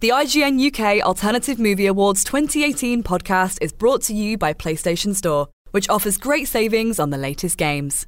The IGN UK Alternative Movie Awards 2018 podcast is brought to you by PlayStation Store, which offers great savings on the latest games.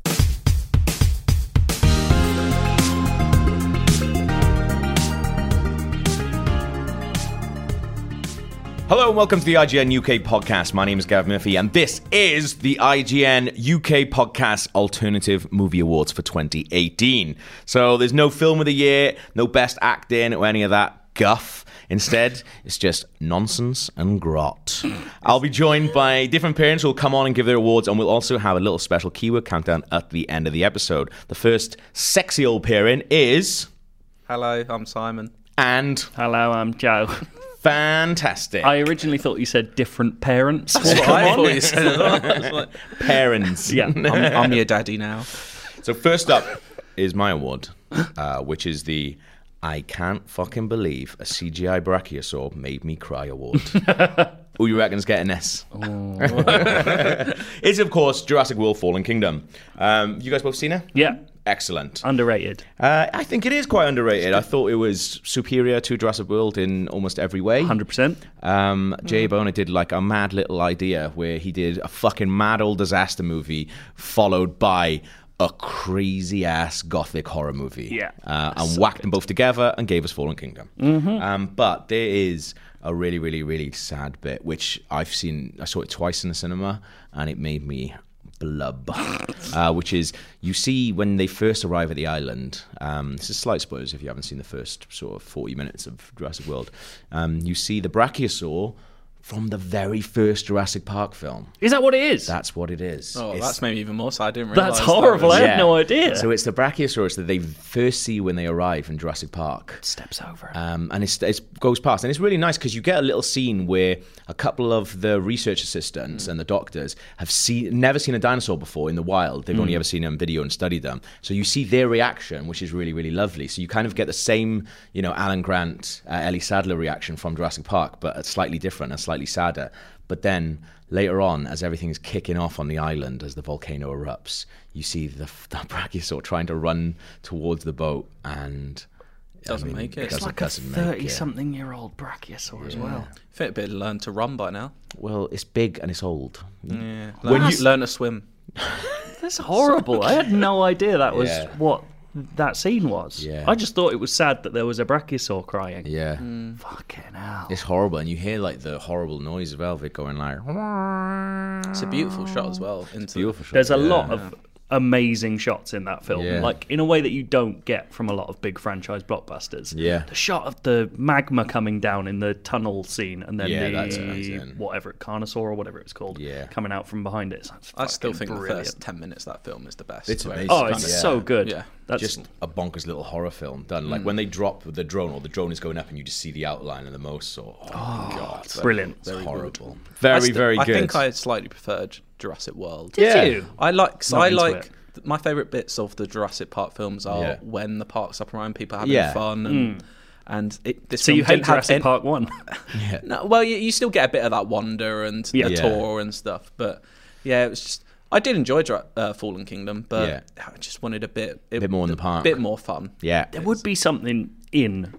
Hello and welcome to the IGN UK podcast. My name is Gav Murphy and this is the IGN UK podcast Alternative Movie Awards for 2018. So there's no film of the year, no best acting or any of that guff. Instead, it's just nonsense and grot. I'll be joined by different parents who will come on and give their awards, and we'll also have a little special keyword countdown at the end of the episode. The first sexy old parent is. Hello, I'm Simon. And Hello, I'm Joe. fantastic. I originally thought you said different parents. I thought you said it. I was like, parents. yeah. I'm, I'm your daddy now. So first up is my award, uh, which is the I can't fucking believe a CGI brachiosaur made me cry award. Who you reckon's getting this? it's of course Jurassic World: Fallen Kingdom. Um, you guys both seen it? Yeah. Excellent. Underrated. Uh, I think it is quite underrated. I thought it was superior to Jurassic World in almost every way. 100%. Um, Jay Boner did like a mad little idea where he did a fucking mad old disaster movie followed by a crazy ass gothic horror movie. Yeah. Uh, and whacked them both together and gave us Fallen Kingdom. Mm-hmm. Um, but there is a really, really, really sad bit, which I've seen, I saw it twice in the cinema and it made me blub, uh, which is you see when they first arrive at the island. Um, this is slight spoilers if you haven't seen the first sort of 40 minutes of Jurassic World. Um, you see the Brachiosaur from the very first Jurassic Park film. Is that what it is? That's what it is. Oh, It's- eh? that's made me even more so. I didn't realize. That's horrible. I That had no idea. So it's the Brachiosaurus that they first see when they arrive in Jurassic Park. Steps over. Um, and it's, it goes past, and it's really nice because you get a little scene where a couple of the research assistants and the doctors have seen, never seen a dinosaur before in the wild. They've only ever seen them on video and studied them. So you see their reaction, which is really, really lovely. So you kind of get the same, you know, Alan Grant, uh, Ellie Sadler reaction from Jurassic Park, but it's slightly different and slightly sadder. But then later on, as everything's kicking off on the island, as the volcano erupts, you see the, the Brachiosaur trying to run towards the boat and. Doesn't I mean, make it. doesn't- It's like a doesn't make it. 30 something year old Brachiosaur as well. Fitbit had learned to run by now. Well, it's big and it's old. Yeah. Learn, you- learn to swim. That's horrible. I had no idea that was Yeah. what that scene was. Yeah. I just thought it was sad that there was a Brachiosaur crying. Yeah. Fucking hell. It's horrible, and you hear like the horrible noise of Elvic going like. It's a beautiful shot as well. Into Beautiful shot. There's a Yeah. lot of amazing shots in that film, Yeah. like in a way that you don't get from a lot of big franchise blockbusters. Yeah. the shot of the magma coming down in the tunnel scene, and then Yeah, that's the amazing. whatever it- Carnosaur or whatever it was called, Yeah. coming out from behind it. It's like I still fucking think brilliant. the first ten minutes of that film is the best. It's Where amazing. Oh, it's Yeah. so good. Yeah. That's Just a bonkers little horror film done. Like when they drop the drone, or the drone is going up, and you just see the outline of the most. Oh, oh god, brilliant. It's horrible. I Very, st- very I good. think I slightly preferred Jurassic World. Yeah. you? I like. So Not I into like. it. th- My favorite bits of the Jurassic Park films are Yeah. when the park's up and running, people having Yeah. fun, and, and it, this So film you hate didn't have Jurassic any- Park One? No, well, you, you still get a bit of that wonder and Yeah. the Yeah. tour and stuff, but yeah, it was just. I did enjoy Dra- uh, Fallen Kingdom, but Yeah. I just wanted a bit, a Bit more in the park. bit more fun. yeah, There would be something in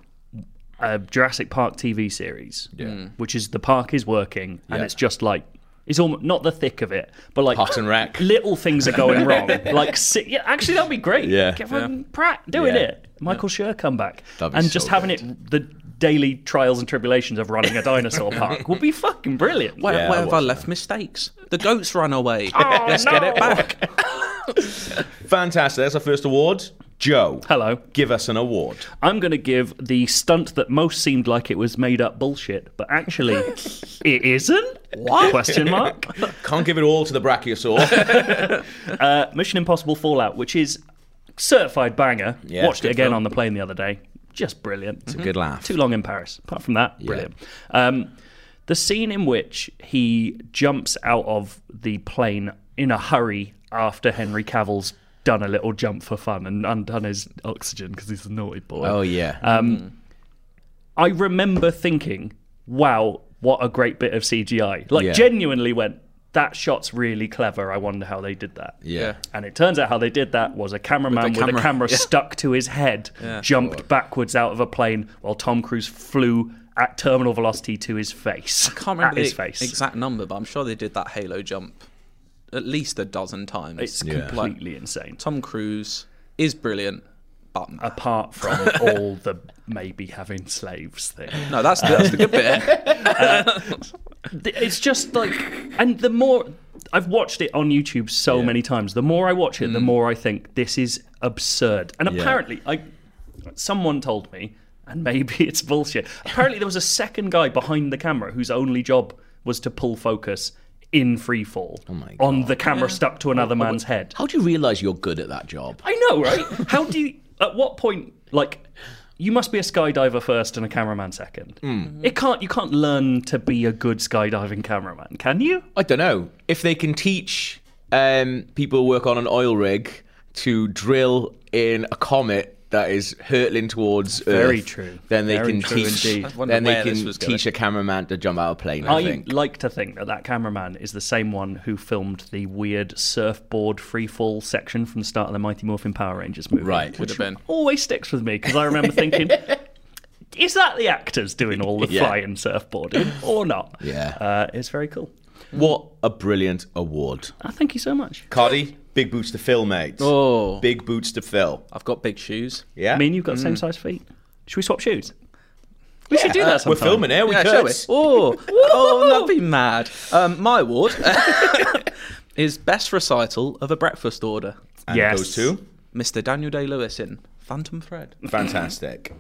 a Jurassic Park TV series, Hmm. which is the park is working, and Yeah. it's just like it's almost not the thick of it, but like Parks and Rec. Little things are going wrong. like si- yeah, actually, that'd be great. Yeah. Get fucking Pratt doing Yeah. it. Michael Schur come back That'd be and so just having it the daily trials and tribulations of running a dinosaur park would be fucking brilliant. Where, Yeah, I where have I watched left mistakes? The goats run away. Oh, Let's get it no. back. fantastic. That's our first award. Joe, Hello. give us an award. I'm going to give the stunt that most seemed like it was made up bullshit, but actually it isn't. What? Question mark. Can't give it all to the Brachiosaur. Mission Impossible Fallout, which is certified banger. Yeah, Watched good it again film. Mm-hmm. on the plane the other day. Just brilliant. Good laugh. Too long in Paris. Apart from that, brilliant. Um, The scene in which he jumps out of the plane in a hurry after Henry Cavill's done a little jump for fun and undone his oxygen because he's a naughty boy. Oh yeah. I remember thinking, wow, what a great bit of CGI. Like, Yeah. genuinely went, that shot's really clever. I wonder how they did that. yeah. And it turns out how they did that was a cameraman with, With the a camera. camera Yeah. stuck to his head jumped backwards out of a plane while Tom Cruise flew at terminal velocity to his face. I can't remember at his the face. exact number, but I'm sure they did that Halo jump at least a dozen times. It's Like, completely insane. Tom Cruise is brilliant, but Apart from all the maybe having slaves thing. no, that's the, that's the good bit. Th- It's just like, and the more I've watched it on YouTube so many times, the more I watch it, the more I think this is absurd. And apparently, I someone told me, and maybe it's bullshit. Apparently, there was a second guy behind the camera whose only job was to pull focus in free fall my on the camera stuck to another man's head. How do you realize you're good at that job? I know, right? How do you? At what point, like? You must be a skydiver first and a cameraman second. It can't. You can't learn to be a good skydiving cameraman, can you? I don't know if they can teach um, people who work on an oil rig to drill in a comet that is hurtling towards Very Earth, true. Then they Very can true teach. indeed. I wonder Then they where this can was going. teach a cameraman to jump out of a plane. I, I think. like to think that that cameraman is the same one who filmed the weird surfboard freefall section from the start of the Mighty Morphin Power Rangers movie. Right. Would have been. Always sticks with me because I remember thinking, is that the actors doing all the Yeah. flying surfboarding or not? Yeah. Uh, it's very cool. What a brilliant award, Uh, thank you so much. Cardi. Big boots to fill, mate. Oh. big boots to fill. I've got big shoes. Yeah, I mean, you've got the Mm. same size feet. Should we swap shoes? We should do that Uh, we're sometime. filming here. We yeah, shall could. we? Oh, oh, that'd be mad. Um, my award is best recital of a breakfast order. And Yes. those two, Mr. Daniel Day Lewis in Phantom Thread. fantastic.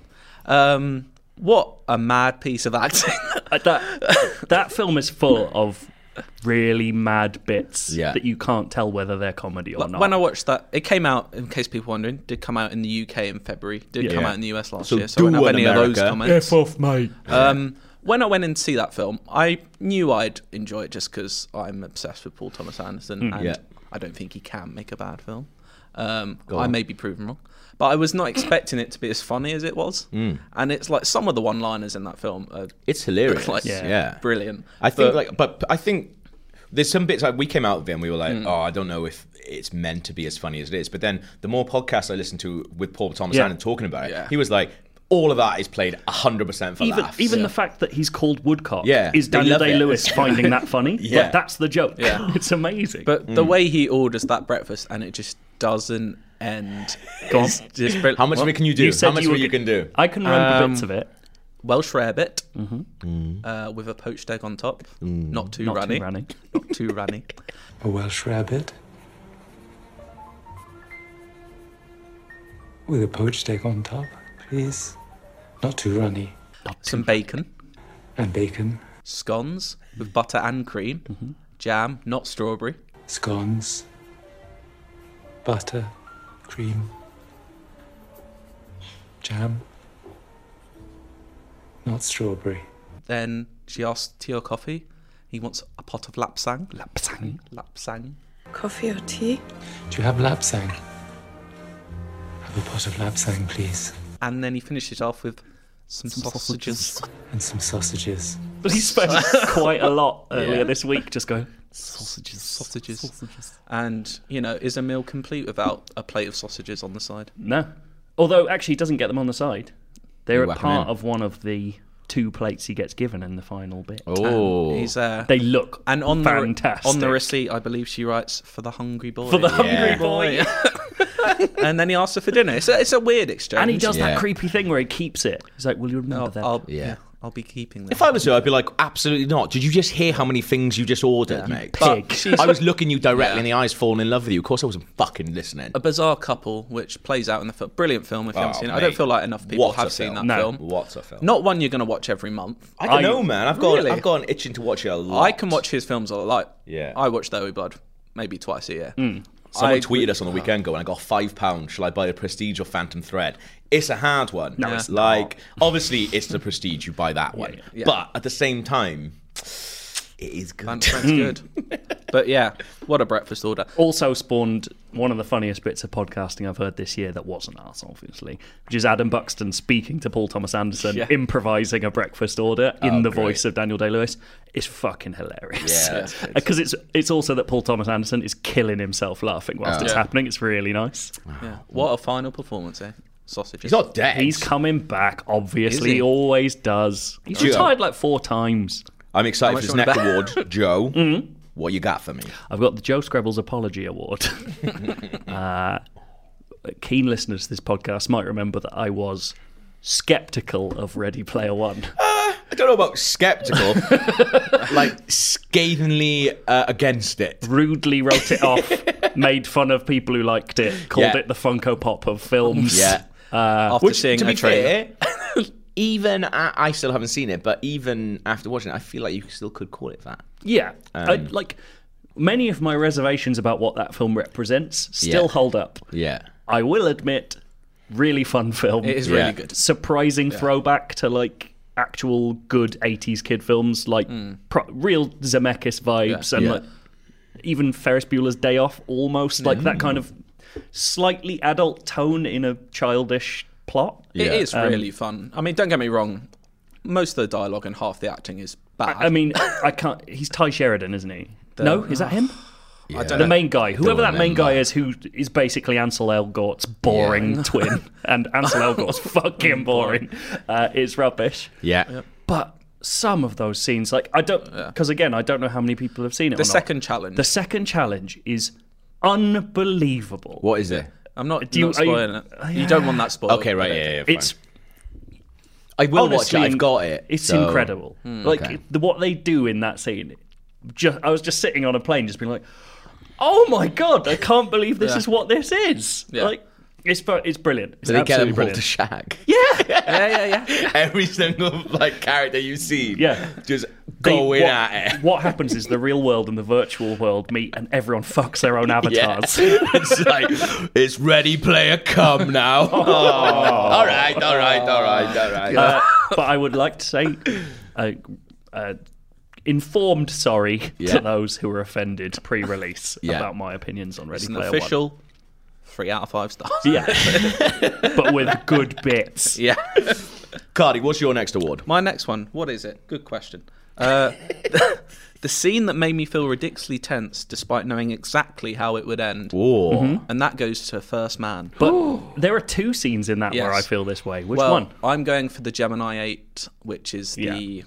Um, what a mad piece of acting. Uh, that that film is full of really mad bits Yeah. that you can't tell whether they're comedy or not. when I watched that, it came out. In case people wondering, did come out in the UK in February. Did come Yeah. out in the US last So year. So I do don't have one, any of America. those comments. off, mate. Um, when I went in to see that film, I knew I'd enjoy it just because I'm obsessed with Paul Thomas Anderson, and Mm. Yeah. I don't think he can make a bad film. Um, I may be proven wrong, but I was not expecting it to be as funny as it was. Mm. And it's like some of the one-liners in that film are It's hilarious. like Yeah. yeah. brilliant. I think But- like, but I think there's some bits like we came out of it and we were Mm. like, oh, I don't know if it's meant to be as funny as it is. But then the more podcasts I listened to with Paul Thomas Yeah. Anderson talking about it, Yeah. he was like, all of that is played 100% for even laughs. even the fact that he's called Woodcock Yeah, is they Daniel love Day it. Lewis finding that funny. Yeah. Like, that's the joke. Yeah. it's amazing. But mm. the way he orders that breakfast and it just doesn't end. Go on. is just brill- How much Well, more can you do? How much more were you go- can do? Um, I can remember bits of it. Welsh rarebit Mm. uh, with a poached egg on top. Not too Not runny. too runny. Not too runny. A Welsh rabbit with a poached egg on top, please. Not too runny. Some bacon. And bacon, Scones with butter and cream. Mm-hmm. Jam, not strawberry. scones, butter, cream, jam, not strawberry. Then she asks tea or coffee. He wants a pot of lapsang. Lapsang. Lapsang. Coffee or tea? Do you have lapsang? Have a pot of lapsang, please. And then he finishes off with some, sausages. And some sausages. But he spent quite a lot earlier this week just going sausages, Sausages. And, you know, is a meal complete without a plate of sausages on the side? No, although actually he doesn't get them on the side. They're a whack 'em part in. of one of the two plates he gets given in the final bit. Oh. He's uh, They look and on fantastic the on the receipt, I believe she writes for the hungry boy. for the hungry Yeah. boy. and then he asks her for dinner. It's a, it's a weird exchange. And he does Yeah. that creepy thing where he keeps it. He's like, "Will you remember I'll, that?" I'll- Yeah. yeah. I'll be keeping that. if I was her, I'd be like, absolutely not. Did you just hear how many things you just ordered, mate? pig. I was looking you directly in the eyes, falling in love with you. Of course, I wasn't fucking listening. a bizarre couple, which plays out in the film. Brilliant film. If you haven't Oh, seen it, I don't mate. feel like enough people What a have seen film. that No. film. What a film. Not one you're going to watch every month. I don't I- know, man. I've got Really? I've gone itching to watch it a lot. I can watch his films a lot. Like, Yeah. I watch The Owe Blood maybe twice a year. Hmm. Someone I tweeted us on the weekend going, I got five pounds. Shall I buy a Prestige or Phantom Thread? It's a hard one. No, it's like obviously it's the Prestige. You buy that one, yeah. but at the same time, It is good. That's good. but yeah, what a breakfast order. Also spawned one of the funniest bits of podcasting I've heard this year that wasn't us, obviously, which is Adam Buxton speaking to Paul Thomas Anderson, Yeah. improvising a breakfast order in Oh, the great. voice of Daniel Day Lewis. It's fucking hilarious. Yeah, that's good. because it's it's also that Paul Thomas Anderson is killing himself laughing whilst Oh. it's Yeah. happening. It's really nice. Yeah. What a final performance, eh? Sausages. He's not dead. He's coming back, obviously. Is he? He always does. He's Joe. retired like four times. I'm excited How for much his you want next to award, Joe. Mm-hmm. What you got for me? I've got the Joe Screbbles Apology Award. uh, keen listeners to this podcast might remember that I was skeptical of Ready Player One. I don't know about skeptical, like scathingly uh, against it. Rudely wrote it off, made fun of people who liked it, called Yeah. it the Funko Pop of films. Yeah. After seeing to a be trailer. fair, even I, I still haven't seen it, but even after watching it, I feel like you still could call it that. Yeah. I, Um, like, many of my reservations about what that film represents still Yeah. hold up. Yeah. I will admit, really fun film. It is Yeah. really good. surprising throwback to like actual good 80s kid films like Hmm. pro- real Zemeckis vibes and Yeah. like even Ferris Bueller's Day Off almost like that kind of slightly adult tone in a childish plot. It Yeah. Um, is really fun. I mean, don't get me wrong. Most of the dialogue and half the acting is bad. I um, mean, I can't. He's Ty Sheridan, isn't he? no, is that him? I Uh, don't The know. main guy, whoever that main remember. guy is, who is basically Ansel Elgort's boring twin, and Ansel Elgort's fucking boring. Uh, it's rubbish. Yeah. but some of those scenes, like I don't, because again, I don't know how many people have seen it. the second challenge. the second challenge is unbelievable. What is it? I'm not, Do you- not are you- spoiling it. You don't want that spoiled. Oh, Okay, right. I Yeah, don't yeah, yeah, fine. It's I will honestly, watch it. I've got it. It's so- Hmm. incredible. like Okay. the, what they do in that scene. Just, I was just sitting on a plane, just being like, "Oh my god, I can't believe this Yeah. is what this is!" Yeah. Like, it's bu- it's brilliant. It's Do they get absolutely them all brilliant. to shag? yeah, think. Yeah, yeah, yeah. Every single like character you see, Yeah. just They- what, going at it. What happens is the real world and the virtual world meet, and everyone fucks their own Yeah. avatars. Uh, it's like it's ready player come now. All right, all right, all right, all right. Oh. Uh, but I would like to say, uh, uh, informed sorry Yeah. to those who were offended pre-release Yeah. about my opinions on Ready It's an Player official three out of five stars. One. Yeah, but with good bits. yeah. Cardi, what's your next award? My next one. What is it? Good question. Uh, the scene that made me feel ridiculously tense, despite knowing exactly how it would end, War. Mm-hmm. and that goes to First Man. But there are two scenes in that where I Yes. feel this way. Which well, one? I'm going for the Gemini 8, which is the Yeah.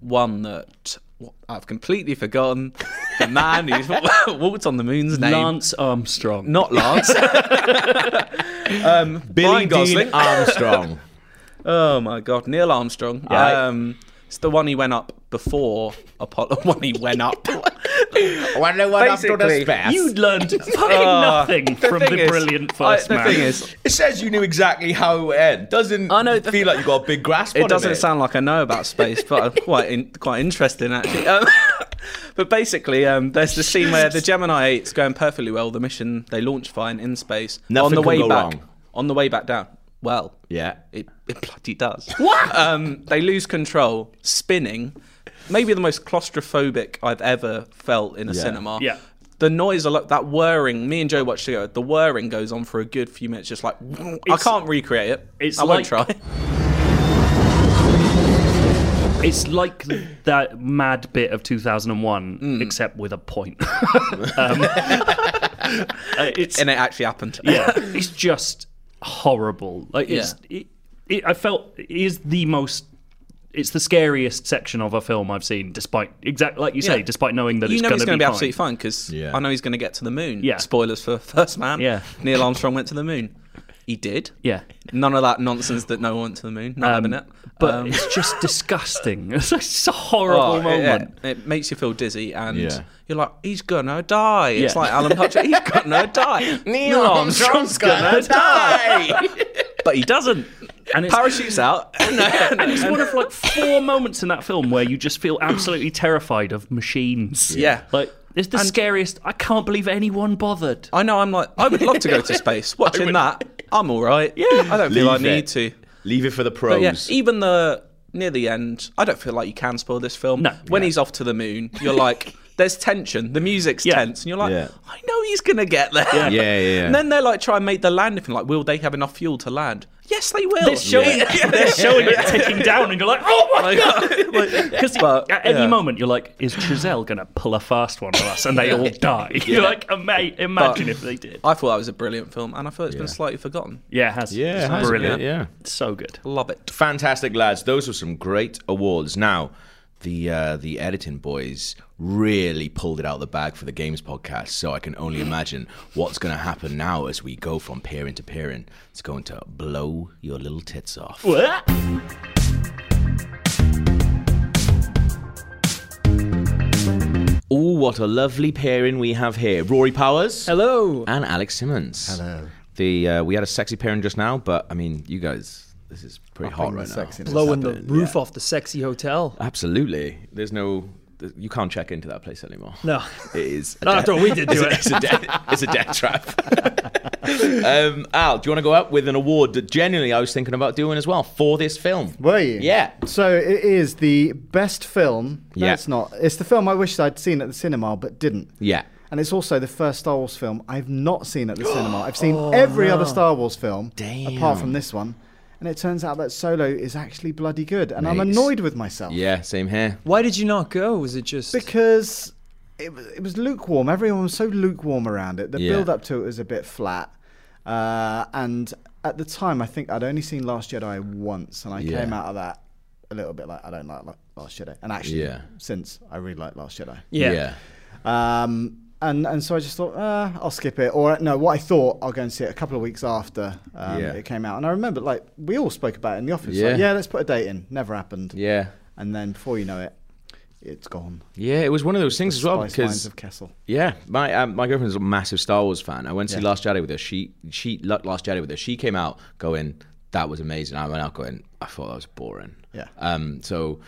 one that what, I've completely forgotten. The man who's walked on the moon's name. Lance Armstrong. Not Lance. Billy Ryan Dean Gosling. Armstrong. oh my God, Neil Armstrong. Yeah. Um, it's the one he went up before Apollo. When he went up. Wonder what after the Basically, space. You learned fucking nothing from the Oh, is- brilliant I- first the man. thing is, It says you knew exactly how it would end. Doesn't I know, the- feel like you got a big grasp on it doesn't it. sound like I know about space, but I'm quite in, quite interesting actually. Um, but basically, um, there's the scene where the Gemini 8's going perfectly well. The mission they launch fine in space. Nothing on the can way go back, wrong. on the way back down. Well, Yeah. it, it bloody does. What? Um, they lose control, spinning. Maybe the most claustrophobic I've ever felt in a Yeah. cinema. Yeah. The noise, a lot- that whirring. Me and Joe watched it. together, The whirring goes on for a good few minutes, just like I can't recreate it. it's I won't like- try. It's like that mad bit of 2001, Mm. except with a point. um, uh, it's And it actually happened. yeah, it's just horrible. Like it's, it, it, I felt it is the most. It's the scariest section of a film I've seen, despite exact like you say, Yeah. despite knowing that you it's know going he's to going be, to be fine. absolutely fine because Yeah. I know he's going to get to the moon. Yeah. Spoilers for First Man. Yeah. Neil Armstrong went to the moon. He did. Yeah, None of that nonsense that no one went to the moon. Not having it. but Um, it's just disgusting. It's such a oh, horrible it- moment. It, it makes you feel dizzy, and Yeah. you're like, he's gonna die. It's Yeah. like Alan Partridge. he's gonna die. Neil Armstrong's gonna die. but he doesn't. And it's- Parachutes out. and it's one of like four moments in that film where you just feel absolutely terrified of machines. Yeah. like it's the scariest. I can't believe anyone bothered. I know. I'm like, I would love to go to space. Watching that, I'm all right. Yeah, I don't feel I Leave need it. to. Leave it for the But yeah, e- pros. even the near the end, I don't feel like you can spoil this film. No. When he's off to the moon, you're like, there's tension. The music's Yeah. tense, and you're like, Yeah. I know he's gonna get there. Yeah. Yeah, yeah, yeah. And then they like try and make the landing. thing, Like, will they have enough fuel to land? Yes, they will. They're showing, they're showing it ticking down, and you're like, oh my Like, god! like, Because but, at any yeah. moment, you're like, is Giselle going to pull a fast one on us? And they all die. You're like, "Oh, mate, imagine But- if they did. I thought that was a brilliant film, and I thought it's been slightly forgotten. Yeah, it has. Yeah, it It's has a bit, brilliant. yeah. It's so good. Love it. Fantastic, lads. Those were some great awards. Now, the uh, the editing boys really pulled it out of the bag for the games podcast, so I can only imagine what's going to happen now as we go from pairing to pairing. It's going to blow your little tits off. Oh, what a lovely pairing we have here. Rory Powers. Hello. And Alex Simmons. Hello. The uh, we had a sexy pairing just now, but I mean, you guys, this is pretty hot right now. Blowing the roof off the sexy hotel. Absolutely. There's no. th- You can't check into that place anymore. No. It is. Not after we did do it's, A, it's, a death, it's a death trap. um, Al, do you want to go up with an award that genuinely I was thinking about doing as well for this film? Were you? Yeah. So it is the best film. No, Yeah. it's not. It's the film I wish I'd seen at the cinema but didn't. Yeah. And it's also the first Star Wars film I've not seen at the cinema. I've seen Oh, every other Star Wars film apart from this one. And it turns out that Solo is actually bloody good. And I'm Nice. annoyed with myself. Yeah, same here. Why did you not go? Was it just Because it, wa- it was lukewarm. Everyone was so lukewarm around it. The Yeah. build up to it was a bit flat. Uh, and at the time, I think I'd only seen Last Jedi once, and I Yeah. came out of that a little bit like I don't like La- Last Jedi. And actually, Yeah. since I really like Last Jedi. yeah. Um, and and so I just thought, uh, I'll skip it. Or no, what I thought, I'll go and see it a couple of weeks after um, Yeah. it came out. And I remember, like, we all spoke about it in the office. Yeah. Like, yeah, let's put a date in. Never happened. Yeah. And then before you know it, it's gone. Yeah, it was one of those things as well Spice Mines because of Kessel. Yeah, my um, my girlfriend's a massive Star Wars fan. I went to see Yeah. Last Jedi with her. She she loved Last Jedi with her. She came out going, "That was amazing." I went out going, "I thought that was boring." Yeah. Um. So,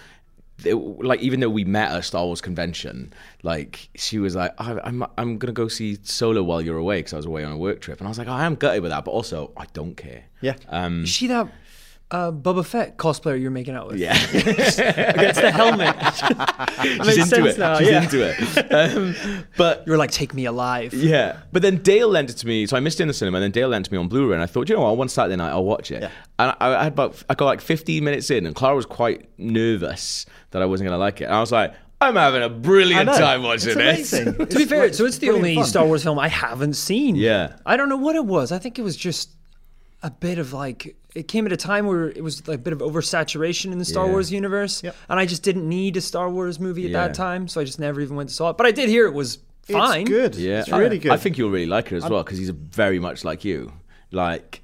it, like, even though we met at a Star Wars convention, like she was like, I, "I'm I'm gonna go see Solo while you're away because I was away on a work trip," and I was like, "Oh, "I am gutted with that, but also I don't care." Um, Yeah. Is she that uh, Boba Fett cosplayer you're making out with? Yeah. Against the helmet. She's into sense it. now, She's yeah. into it. Um, but you were like, take me alive. Yeah. But then Dale lent it to me. So I missed it in the cinema. And then Dale lent it to me on Blu-ray. And I thought, you know what? One Saturday night, I'll watch it. And I, I had about, I got like 15 minutes in. And Clara was quite nervous that I wasn't going to like it. And I was like, I'm having a brilliant time watching it's this. amazing. To be fair, so it's the brilliant only fun. Star Wars film I haven't seen. Yeah. I don't know what it was. I think it was just a bit of like it came at a time where it was like a bit of oversaturation in the Star Yeah. Wars universe, Yep. and I just didn't need a Star Wars movie at Yeah. that time, so I just never even went to saw it. But I did hear it was fine. It's good. Yeah. It's really I, good. I think you'll really like it as well because he's very much like you. Like,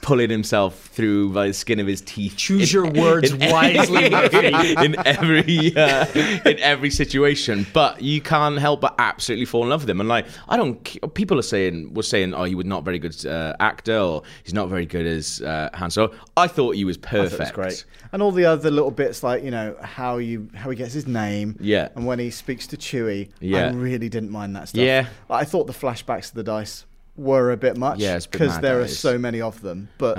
pulling himself through by the skin of his teeth. Choose your words wisely. in every uh, in every situation, but you can't help but absolutely fall in love with him. And like, I don't. c- People are saying were saying, oh, he was not very good uh, actor, or he's not very good as uh, Han Solo. I thought he was perfect. That's great. And all the other little bits, like you know how you how he gets his name, Yeah. and when he speaks to Chewie, Yeah. I really didn't mind that stuff. Yeah. Like, I thought the flashbacks of the dice were a bit much, Yeah, it's a bit mad, there that are is. Um, so many of them. But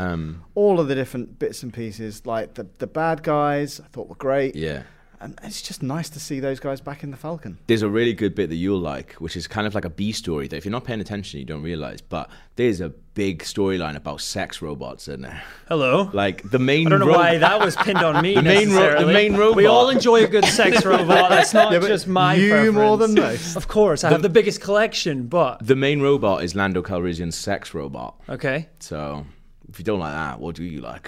all of the different bits and pieces, like the the bad guys, I thought were great. Yeah. and it's just nice to see those guys back in the Falcon. There's a really good bit that you'll like, which is kind of like a B story that if you're not paying attention, you don't realize. But there's a big storyline about sex robots in there. Hello. Like the main. I don't know ro- why that was pinned on me. The main ro- the necessarily. main We robot. all enjoy a good sex robot. That's not Yeah, but just my you more preference. than most. Of course, I have the biggest collection, but The main robot is Lando Calrissian's sex robot. okay. So if you don't like that, what do you like?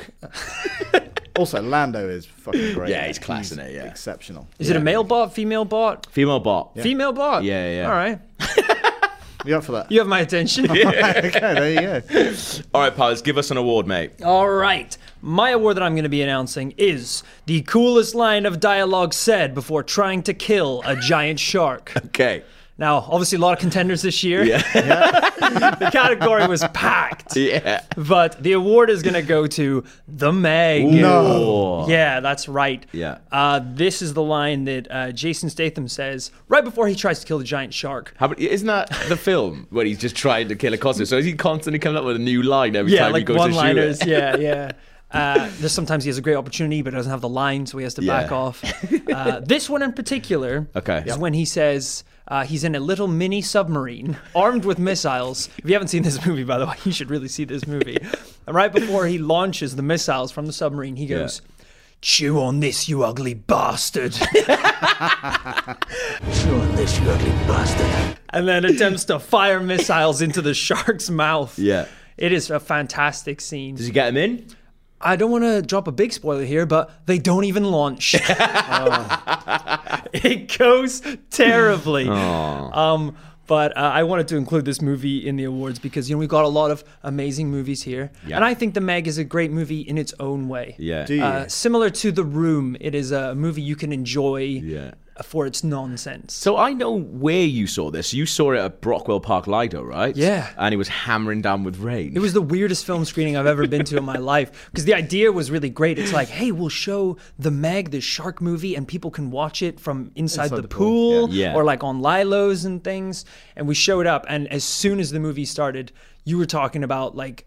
Also, Lando is fucking great. Yeah, he's class in it, yeah. exceptional. Is it a male bot, female bot, Female bot. female bot? Yeah, yeah. All right, You up for that? you have my attention. okay, there you go. All right, pals, give us an award, mate. All right. My award that I'm going to be announcing is the coolest line of dialogue said before trying to kill a giant shark. Okay. Now, obviously, a lot of contenders this year. the category was packed. Yeah. But the award is going to go to The Meg. No. Yeah, that's right. Yeah. Uh, this is the line that uh, Jason Statham says right before he tries to kill the giant shark. How about, isn't that the film where he's just trying to kill a costume? So is he constantly coming up with a new line every time he goes to shoot it? yeah, yeah. Uh, this sometimes he has a great opportunity, but doesn't have the line, so he has to back Yeah. off. Uh, this one in particular Okay. is Yep. when he says uh, he's in a little mini submarine armed with missiles. If you haven't seen this movie, by the way, you should really see this movie. and right before he launches the missiles from the submarine, he goes, "Chew on this, you ugly bastard." and then attempts to fire missiles into the shark's mouth. Yeah. It is a fantastic scene. Does he get him in? I don't want to drop a big spoiler here, but they don't even launch. It goes terribly. Um, but uh, I wanted to include this movie in the awards because you know we've got a lot of amazing movies here, Yeah. and I think The Meg is a great movie in its own way. Yeah. Do you? Uh, similar to The Room, it is a movie you can enjoy Yeah. for its nonsense. So I know where you saw this. You saw it at Brockwell Park Lido, right? Yeah. And he was hammering down with rain. It was the weirdest film screening I've ever been to in my life because the idea was really great. It's like, hey, we'll show the Meg, the shark movie, and people can watch it from inside, the, the pool, pool, yeah. Yeah. or like on Lilo's and things. And we showed up, and as soon as the movie started, you were talking about like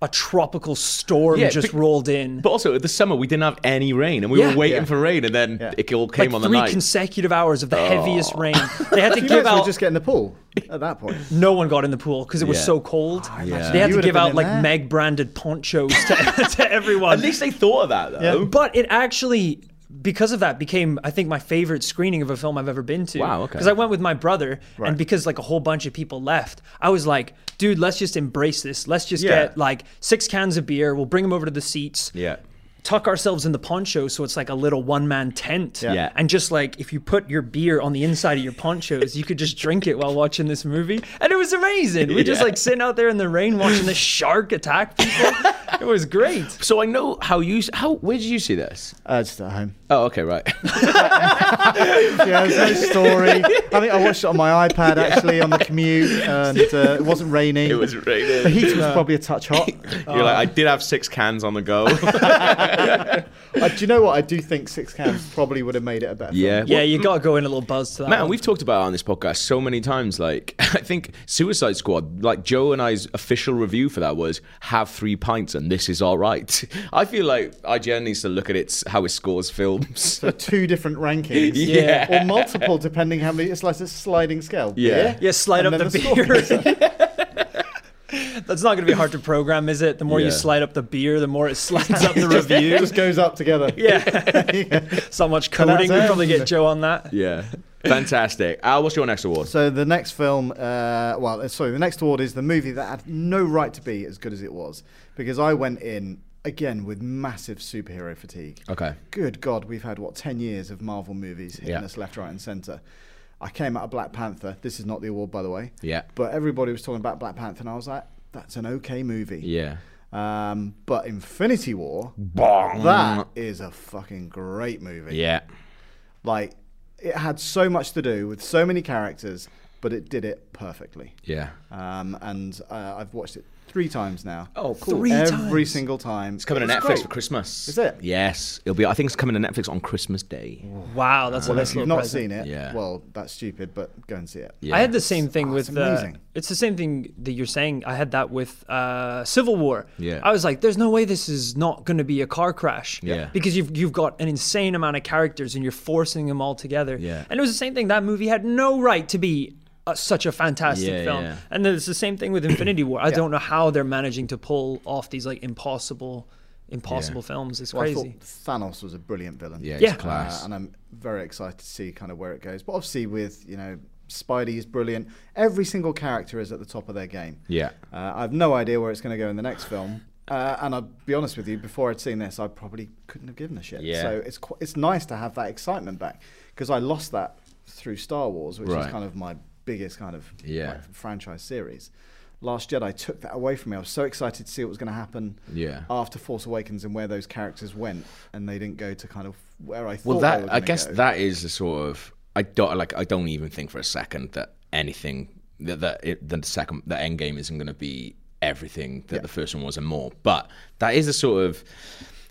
a tropical storm Yeah, just be- rolled in. But also, the summer, we didn't have any rain, and we Yeah. were waiting Yeah. for rain, and then it all came like on the three night. Oh. consecutive hours of the heaviest rain. They had to You might as give well out. just get in the pool at that point. No one got in the pool because it was Yeah. Ah, so cold. imagine They had you to would give have been out in like there. Meg branded ponchos to, to everyone. At least they thought of that, though. But it actually, because of that, became I think my favorite screening of a film I've ever been to. Wow, okay. Because I went with my brother, and because like a whole bunch of people left, I was like, dude, let's just embrace this. Let's just Yeah. get like six cans of beer. We'll bring them over to the seats. Yeah. Tuck ourselves in the poncho so it's like a little one man tent. Yeah. And just like if you put your beer on the inside of your ponchos, you could just drink it while watching this movie. And it was amazing. We just Yeah. like sitting out there in the rain watching the shark attack people. it was great. So I know how you. s- How where did you see this? Uh, just at home. Oh, okay, right. Yeah, there's no story. I think I watched it on my iPad actually on the commute, and uh, it wasn't raining. it was The raining. heat was probably a touch hot. You're like, I did have six cans on the go. Uh, do you know what? I do think six cans probably would have made it a better. film. yeah. Yeah, you gotta go in a little buzz to that. Man, one. we've talked about it on this podcast so many times. Like, I think Suicide Squad, like Joe and I's official review for that was have three pints and this is all right. I feel like IGN needs to look at its how it scores films. So two different rankings. Yeah. Or multiple, depending how many. It's like a sliding scale. Yeah. Beer, yeah, slide and up the then score. beer. That's not gonna be hard to program, is it? The more you Yeah. slide up the beer, the more it slides up the review. It just goes up together. yeah, so much coding. We it. probably get Joe on that. yeah, fantastic. Al, what's your next award? So the next film, uh, well, uh, sorry, the next award is the movie that had no right to be as good as it was because I went in again with massive superhero fatigue. Okay. Good God, we've had what ten years of Marvel movies hitting Yeah. us left, right, and centre. I came out of Black Panther. This is not the award, by the way. Yeah. But everybody was talking about Black Panther, and I was like, that's an okay movie. Yeah. Um, but Infinity War, Bong. that is a fucking great movie. Mm. Yeah. Like, it had so much to do with so many characters, but it did it perfectly. Yeah. Um, and uh, I've watched it three times now. Oh, cool. Three Every times. single time. It's Coming to Netflix great. for Christmas. Is it? Yes, it'll be. I think it's coming to Netflix on Christmas Day. Wow, that's a nice Unless you've little not present. seen it, Yeah. well, that's stupid, but go and see it. Yeah. I had the same thing Oh, with it's uh, amazing. it's the same thing that you're saying. I had that with uh, Civil War. Yeah. I was like, there's no way this is not going to be a car crash. Yeah. Because you've you've got an insane amount of characters and you're forcing them all together. Yeah. And it was the same thing. That movie had no right to be. uh such a fantastic Yeah, film, yeah. and then it's the same thing with Infinity War. I don't know how they're managing to pull off these like impossible, impossible films. It's Well, I crazy. thought Thanos was a brilliant villain. Yeah, it's Yeah. class. Uh, and I'm very excited to see kind of where it goes. But obviously, with you know, Spidey is brilliant. Every single character is at the top of their game. Yeah. Uh, I've no idea where it's going to go in the next film. Uh, and I'll be honest with you, before I'd seen this, I probably couldn't have given a shit. Yeah. So it's qu- it's nice to have that excitement back because I lost that through Star Wars, which Right. is kind of my biggest kind of Yeah. like, franchise series. Last Jedi took that away from me. I was so excited to see what was going to happen Yeah. after Force Awakens and where those characters went, and they didn't go to kind of where I thought. Well, they that were I gonna guess go. that is a sort of I don't like I don't even think for a second that anything that that it, the second the end game isn't going to be everything that the first one was and more. But that is a sort of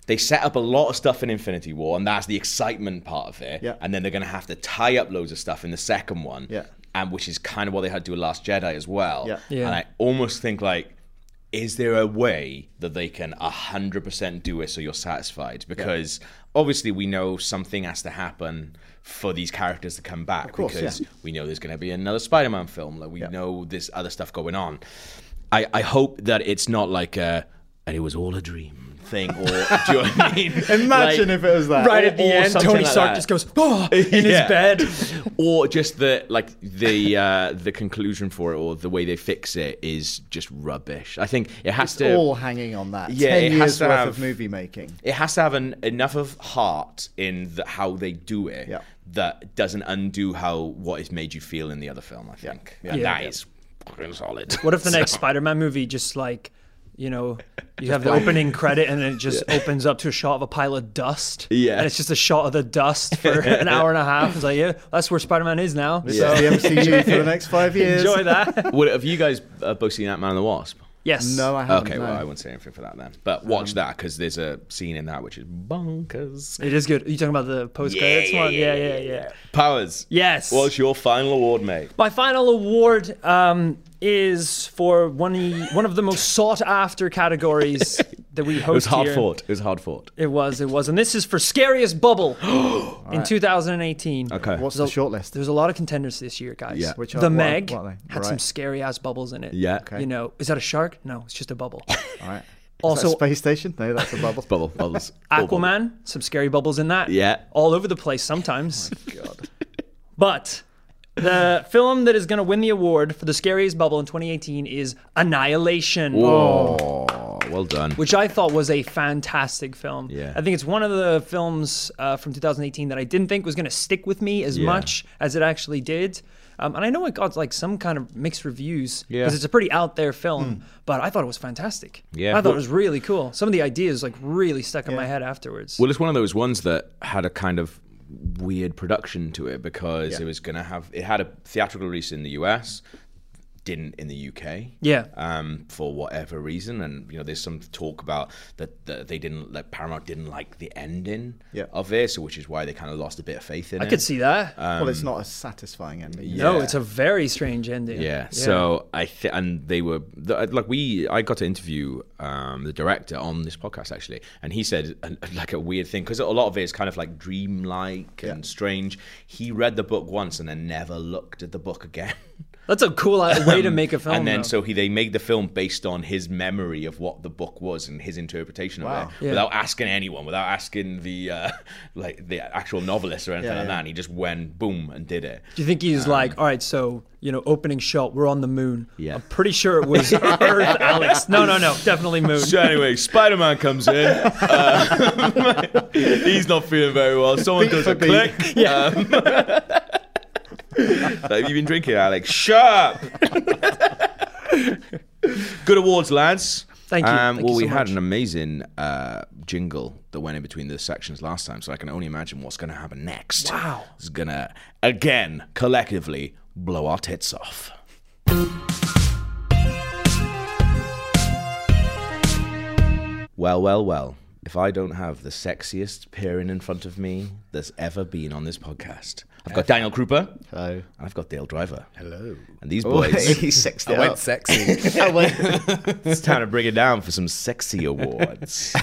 they set up a lot of stuff in Infinity War, and that's the excitement part of it. Yeah. And then they're going to have to tie up loads of stuff in the second one. Yeah. And which is kind of what they had to do with Last Jedi as well. Yeah. Yeah. And I almost think like is there a way that they can 100% do it so you're satisfied? Because obviously, we know something has to happen for these characters to come back course, because yeah. we know there's going to be another Spider Man film. Like, we know there's other stuff going on. I, I hope that it's not like a, and it was all a dream thing, or do you know what I mean? Imagine Like- if it was that. Right at the or end, something Tony like Stark that. just goes oh, in Yeah. his bed. or just the like the uh, the conclusion for it or the way they fix it is just rubbish. I think it has it's to all hanging on that. Yeah, Ten it years has to worth have- of movie making. it has to have an, enough of heart in the, how they do it Yeah. that doesn't undo how what is made you feel in the other film. I think and Yeah. that is fucking solid. What if the next Spider-Man movie just like, you know, you have the opening credit and then it just opens up to a shot of a pile of dust. Yeah. And it's just a shot of the dust for an hour and a half. It's like, yeah, that's where Spider-Man is now. So the MCU for the next five years. Enjoy that. Would, have you guys uh, both seen Ant Man and the Wasp? yes. No, I haven't. Okay, no. well I won't say anything for that then. But Um, watch that because there's a scene in that which is bonkers. It is good. Are you talking about the post credits one? Yeah, yeah, yeah. Powers. Yes. What's your final award, mate? My final award um, is for one of- one of the most sought after categories that we host It was hard here. fought. It was hard fought. It was, it was. And this is for Scariest Bubble in 2018. Okay. What's the shortlist? There's a lot of contenders this year, guys. Yeah. Which are- the what- Meg what are they? had Right. some scary ass bubbles in it. Yeah. Okay. You know, is that a shark? No, it's just a bubble. All right. also, space station? No, that's a bubble. Bubble, bubbles. All bubble. Aquaman, some scary bubbles in that. Yeah. All over the place sometimes. But the film that is going to win the award for the scariest bubble in 2018 is Annihilation. Oh, well done. Which I thought was a fantastic film. Yeah. I think it's one of the films uh, from 2018 that I didn't think was going to stick with me as Yeah. much as it actually did. Um, and I know it got like some kind of mixed reviews because Yeah. Hmm. it's a pretty out there film, but I thought it was fantastic. Yeah. I thought Well- it was really cool. Some of the ideas like really stuck in my head afterwards. Well, it's one of those ones that had a kind of weird production to it because it was going to have it had a theatrical release in the US, didn't in the UK. Yeah. Um, for whatever reason, and you know, there's some talk about that, that they didn't that Paramount didn't like the ending Yeah. of it, so which is why they kind of lost a bit of faith in I it. could see that. well, it's not a satisfying ending. uh, Yeah. No, it's a very strange ending. Yeah. So I th- and they were th- like we. I got to interview um, the director on this podcast actually, and he said uh like a weird thing because a lot of it is kind of like dreamlike and strange. He read the book once and then never looked at the book again. that's a cool uh, way to make a film. and then though. so he they made the film based on his memory of what the book was and his interpretation Wow. of it Yeah. without asking anyone, without asking the uh, like the actual novelist or anything Yeah, like yeah. that. And he just went boom and did it. Do you think he's like, all right, so, you know, opening shot, we're on the moon. Yeah. I'm pretty sure it was Earth, Alex. No, no, no, definitely moon. So anyway, Spider Man comes in. Uh, he's not feeling very well. Someone does a click. Um, "So have you been drinking, Alex? Shut up. Good awards, lads. Um, Thank you. Thank well, you we so had much. an amazing uh, jingle that went in between the sections last time, so I can only imagine what's going to happen next. Wow. It's going to, again, collectively blow our tits off. Well, well, well. If I don't have the sexiest peering in front of me that's ever been on this podcast, I've got Daniel Krupa. Hello. And I've got Dale Driver. Hello. And these boys, He sexed I went sexy. it's time to bring it down for some sexy awards.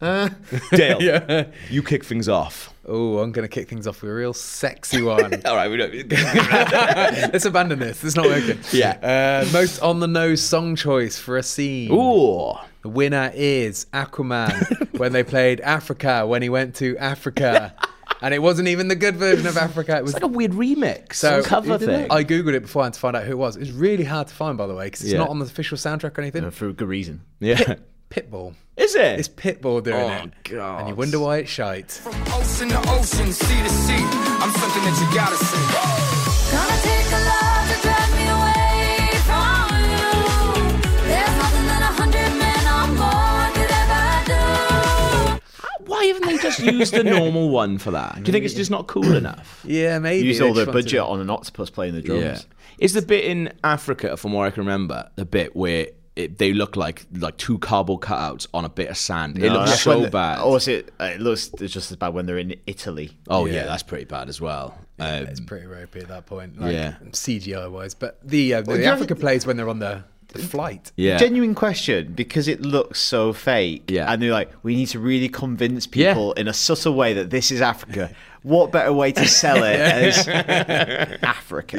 Dale, you kick things off. oh, I'm going to kick things off with a real sexy one. All right, we don't. Let's abandon this. It's not working. Yeah. Uh, most on the nose song choice for a scene. Ooh. The winner is Aquaman when they played Africa when he went to Africa. and it wasn't even the good version of Africa. It was It's like a weird remix. So- So, Who cover did thing. I googled it beforehand to find out who it was. It's really hard to find, by the way, because it's Yeah. not on the official soundtrack or anything. for a good reason. yeah. Pitbull. Is it? It's Pitbull doing Oh, it. God. And you wonder why it's shite. Ocean to ocean, sea to sea. I'm something that you gotta see. Gonna take a lot to drive me away from you. There's nothing that a hundred men on board could ever do. Why haven't they just used the normal one for that? Do you think it's just not cool enough? Yeah, maybe. Use they all just their want to- budget on an octopus playing the drums. Is the bit in Africa, from what I can remember, the bit where it, they look like like two cardboard cutouts on a bit of sand? it No, looks that's so when the- bad. Oh, is it, it looks it's just as bad when they're in Italy. oh yeah. that's pretty bad as well. Um, It's pretty ropey at that point, like Yeah. CGI wise. But the uh, the, Africa plays when they're on the The flight. Yeah. Genuine question because it looks so fake. Yeah. And they're like, we need to really convince people in a subtle way that this is Africa. What better way to sell it as Africa?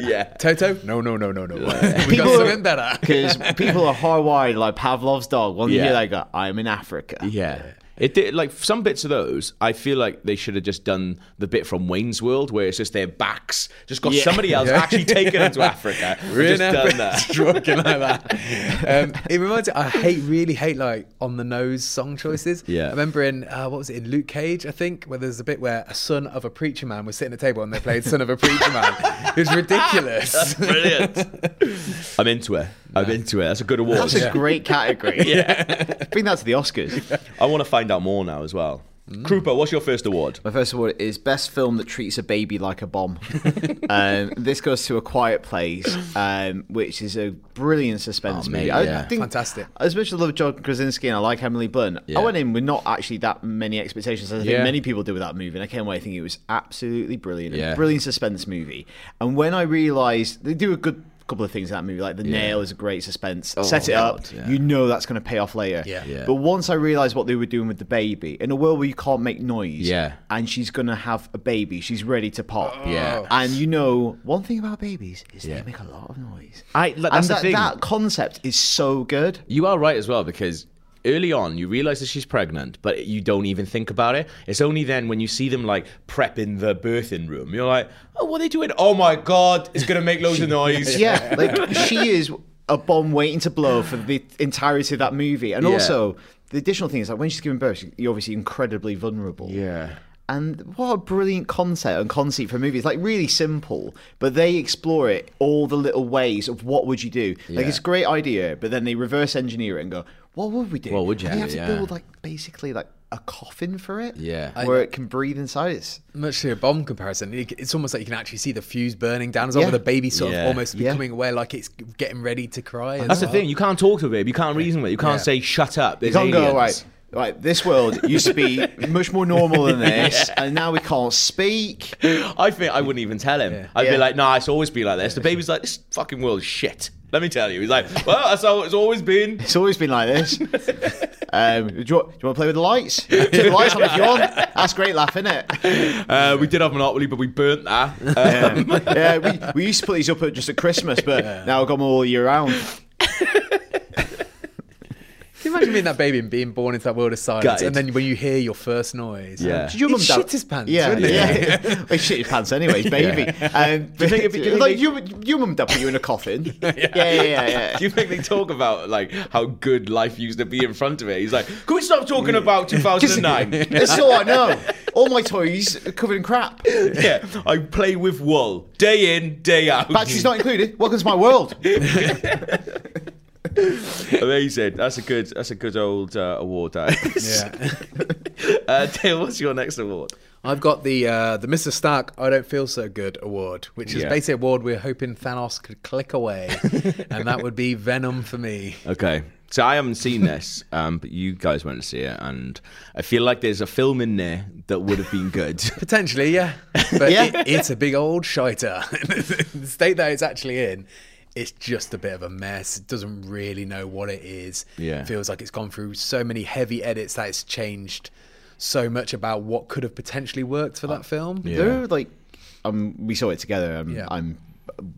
Yeah. Toto? No, no, no, no, no. we got People something better. Because people are hardwired like Pavlov's dog. One Yeah. year they go, I'm in Africa. Yeah. It did like some bits of those. I feel like they should have just done the bit from Wayne's World where it's just their backs, just got Yeah. somebody else Yeah. actually taken them to Africa. We're Just in Africa, done that. stroking like that. Um, it reminds me. I hate, really hate, like on the nose song choices. Yeah. I remember in uh, what was it in Luke Cage, I think, where there's a bit where a son of a preacher man was sitting at a table and they played "Son of a Preacher Man." It was ridiculous. That's brilliant. I'm into it. I'm into it. That's a good award. That's a great category. yeah. Bring that to the Oscars. I want to find out more now as well. Krupa, what's your first award? My first award is best film that treats a baby like a bomb. um, this goes to A Quiet Place, um, which is a brilliant suspense Oh, movie. mate, I, I yeah. think Fantastic. As much as I love John Krasinski and I like Emily Blunt, I went in with not actually that many expectations. as I think Yeah. many people do with that movie, and I came away thinking it was absolutely brilliant, a Yeah. brilliant suspense movie. And when I realised they do a good couple of things in that movie, like the Yeah. nail is a great suspense, Oh, set it up, God, yeah. you know that's going to pay off later. Yeah. Yeah. But once I realised what they were doing with the baby, in a world where you can't make noise, Yeah. and she's going to have a baby, she's ready to pop, Yeah. and you know one thing about babies is they make a lot of noise. I like, that's and the that, thing. that concept is so good. You are right as well because early on you realize that she's pregnant, but you don't even think about it. It's only then when you see them like prepping the birthing room, you're like, oh, what are they doing? Oh my god, it's gonna make loads of noise. yeah, like she is a bomb waiting to blow for the entirety of that movie. And Yeah. also, the additional thing is like when she's giving birth, you're obviously incredibly vulnerable. Yeah. And what a brilliant concept and conceit for a movie. It's like really simple, but they explore it all the little ways of what would you do. Yeah. Like it's a great idea, but then they reverse engineer it and go, what would we do? What would you And do, have to yeah. build like basically like a coffin for it. Yeah. I- Where it can breathe inside it. Much to a bomb comparison, it- it's almost like you can actually see the fuse burning down as well, Yeah. with the baby sort Yeah. of almost Yeah. becoming aware, like it's getting ready to cry. as That's the well. thing. You can't talk to a baby. You can't reason with it. You can't Yeah. say shut up. You There's can't aliens. go right. Right, this world used to be much more normal than this, and now we can't speak. I think I wouldn't even tell him. I'd Yeah. be like, nah, it's always been like this. The baby's like, this fucking world's shit. Let me tell you. He's like, well, that's how it's always been. It's always been like this. Um, do, you, wa- do you want to play with the lights? Turn the lights on if you want. That's great laugh, isn't it? Uh, we did have Monopoly, but we burnt that. Um, Yeah, we, we used to put these up at just at Christmas, but now I've got them all year round. Can you imagine being that baby and being born into that world of silence, Gutted. and then when you hear your first noise, Yeah. did your mum shit his pants? Yeah, wouldn't he? yeah. well, he shit his pants anyway, he's baby. Yeah. Um, Do you think if- do you like think- you, your mum dumped you in a coffin. yeah, yeah, yeah. yeah. Do you think they talk about like how good life used to be in front of it? He's like, can we stop talking about 2009? This is all I know. All my toys are covered in crap. yeah, I play with wool day in, day out. Batteries not included. Welcome to my world. Amazing. That's a good. That's a good old uh, award. That is. Yeah. uh, Dale, what's your next award? I've got the uh, the Mr. Stark I Don't Feel So Good award, which is Yeah. basically an award we're hoping Thanos could click away, and that would be Venom for me. Okay. So I haven't seen this, um, but you guys went to see it, and I feel like there's a film in there that would have been good. Potentially, yeah, but Yeah. it- it's a big old shiter. the state that it's actually in, it's just a bit of a mess. It doesn't really know what it is. Yeah. It feels like it's gone through so many heavy edits that it's changed so much about what could have potentially worked for that film. There are like, um, we saw it together. Um, Yeah. I'm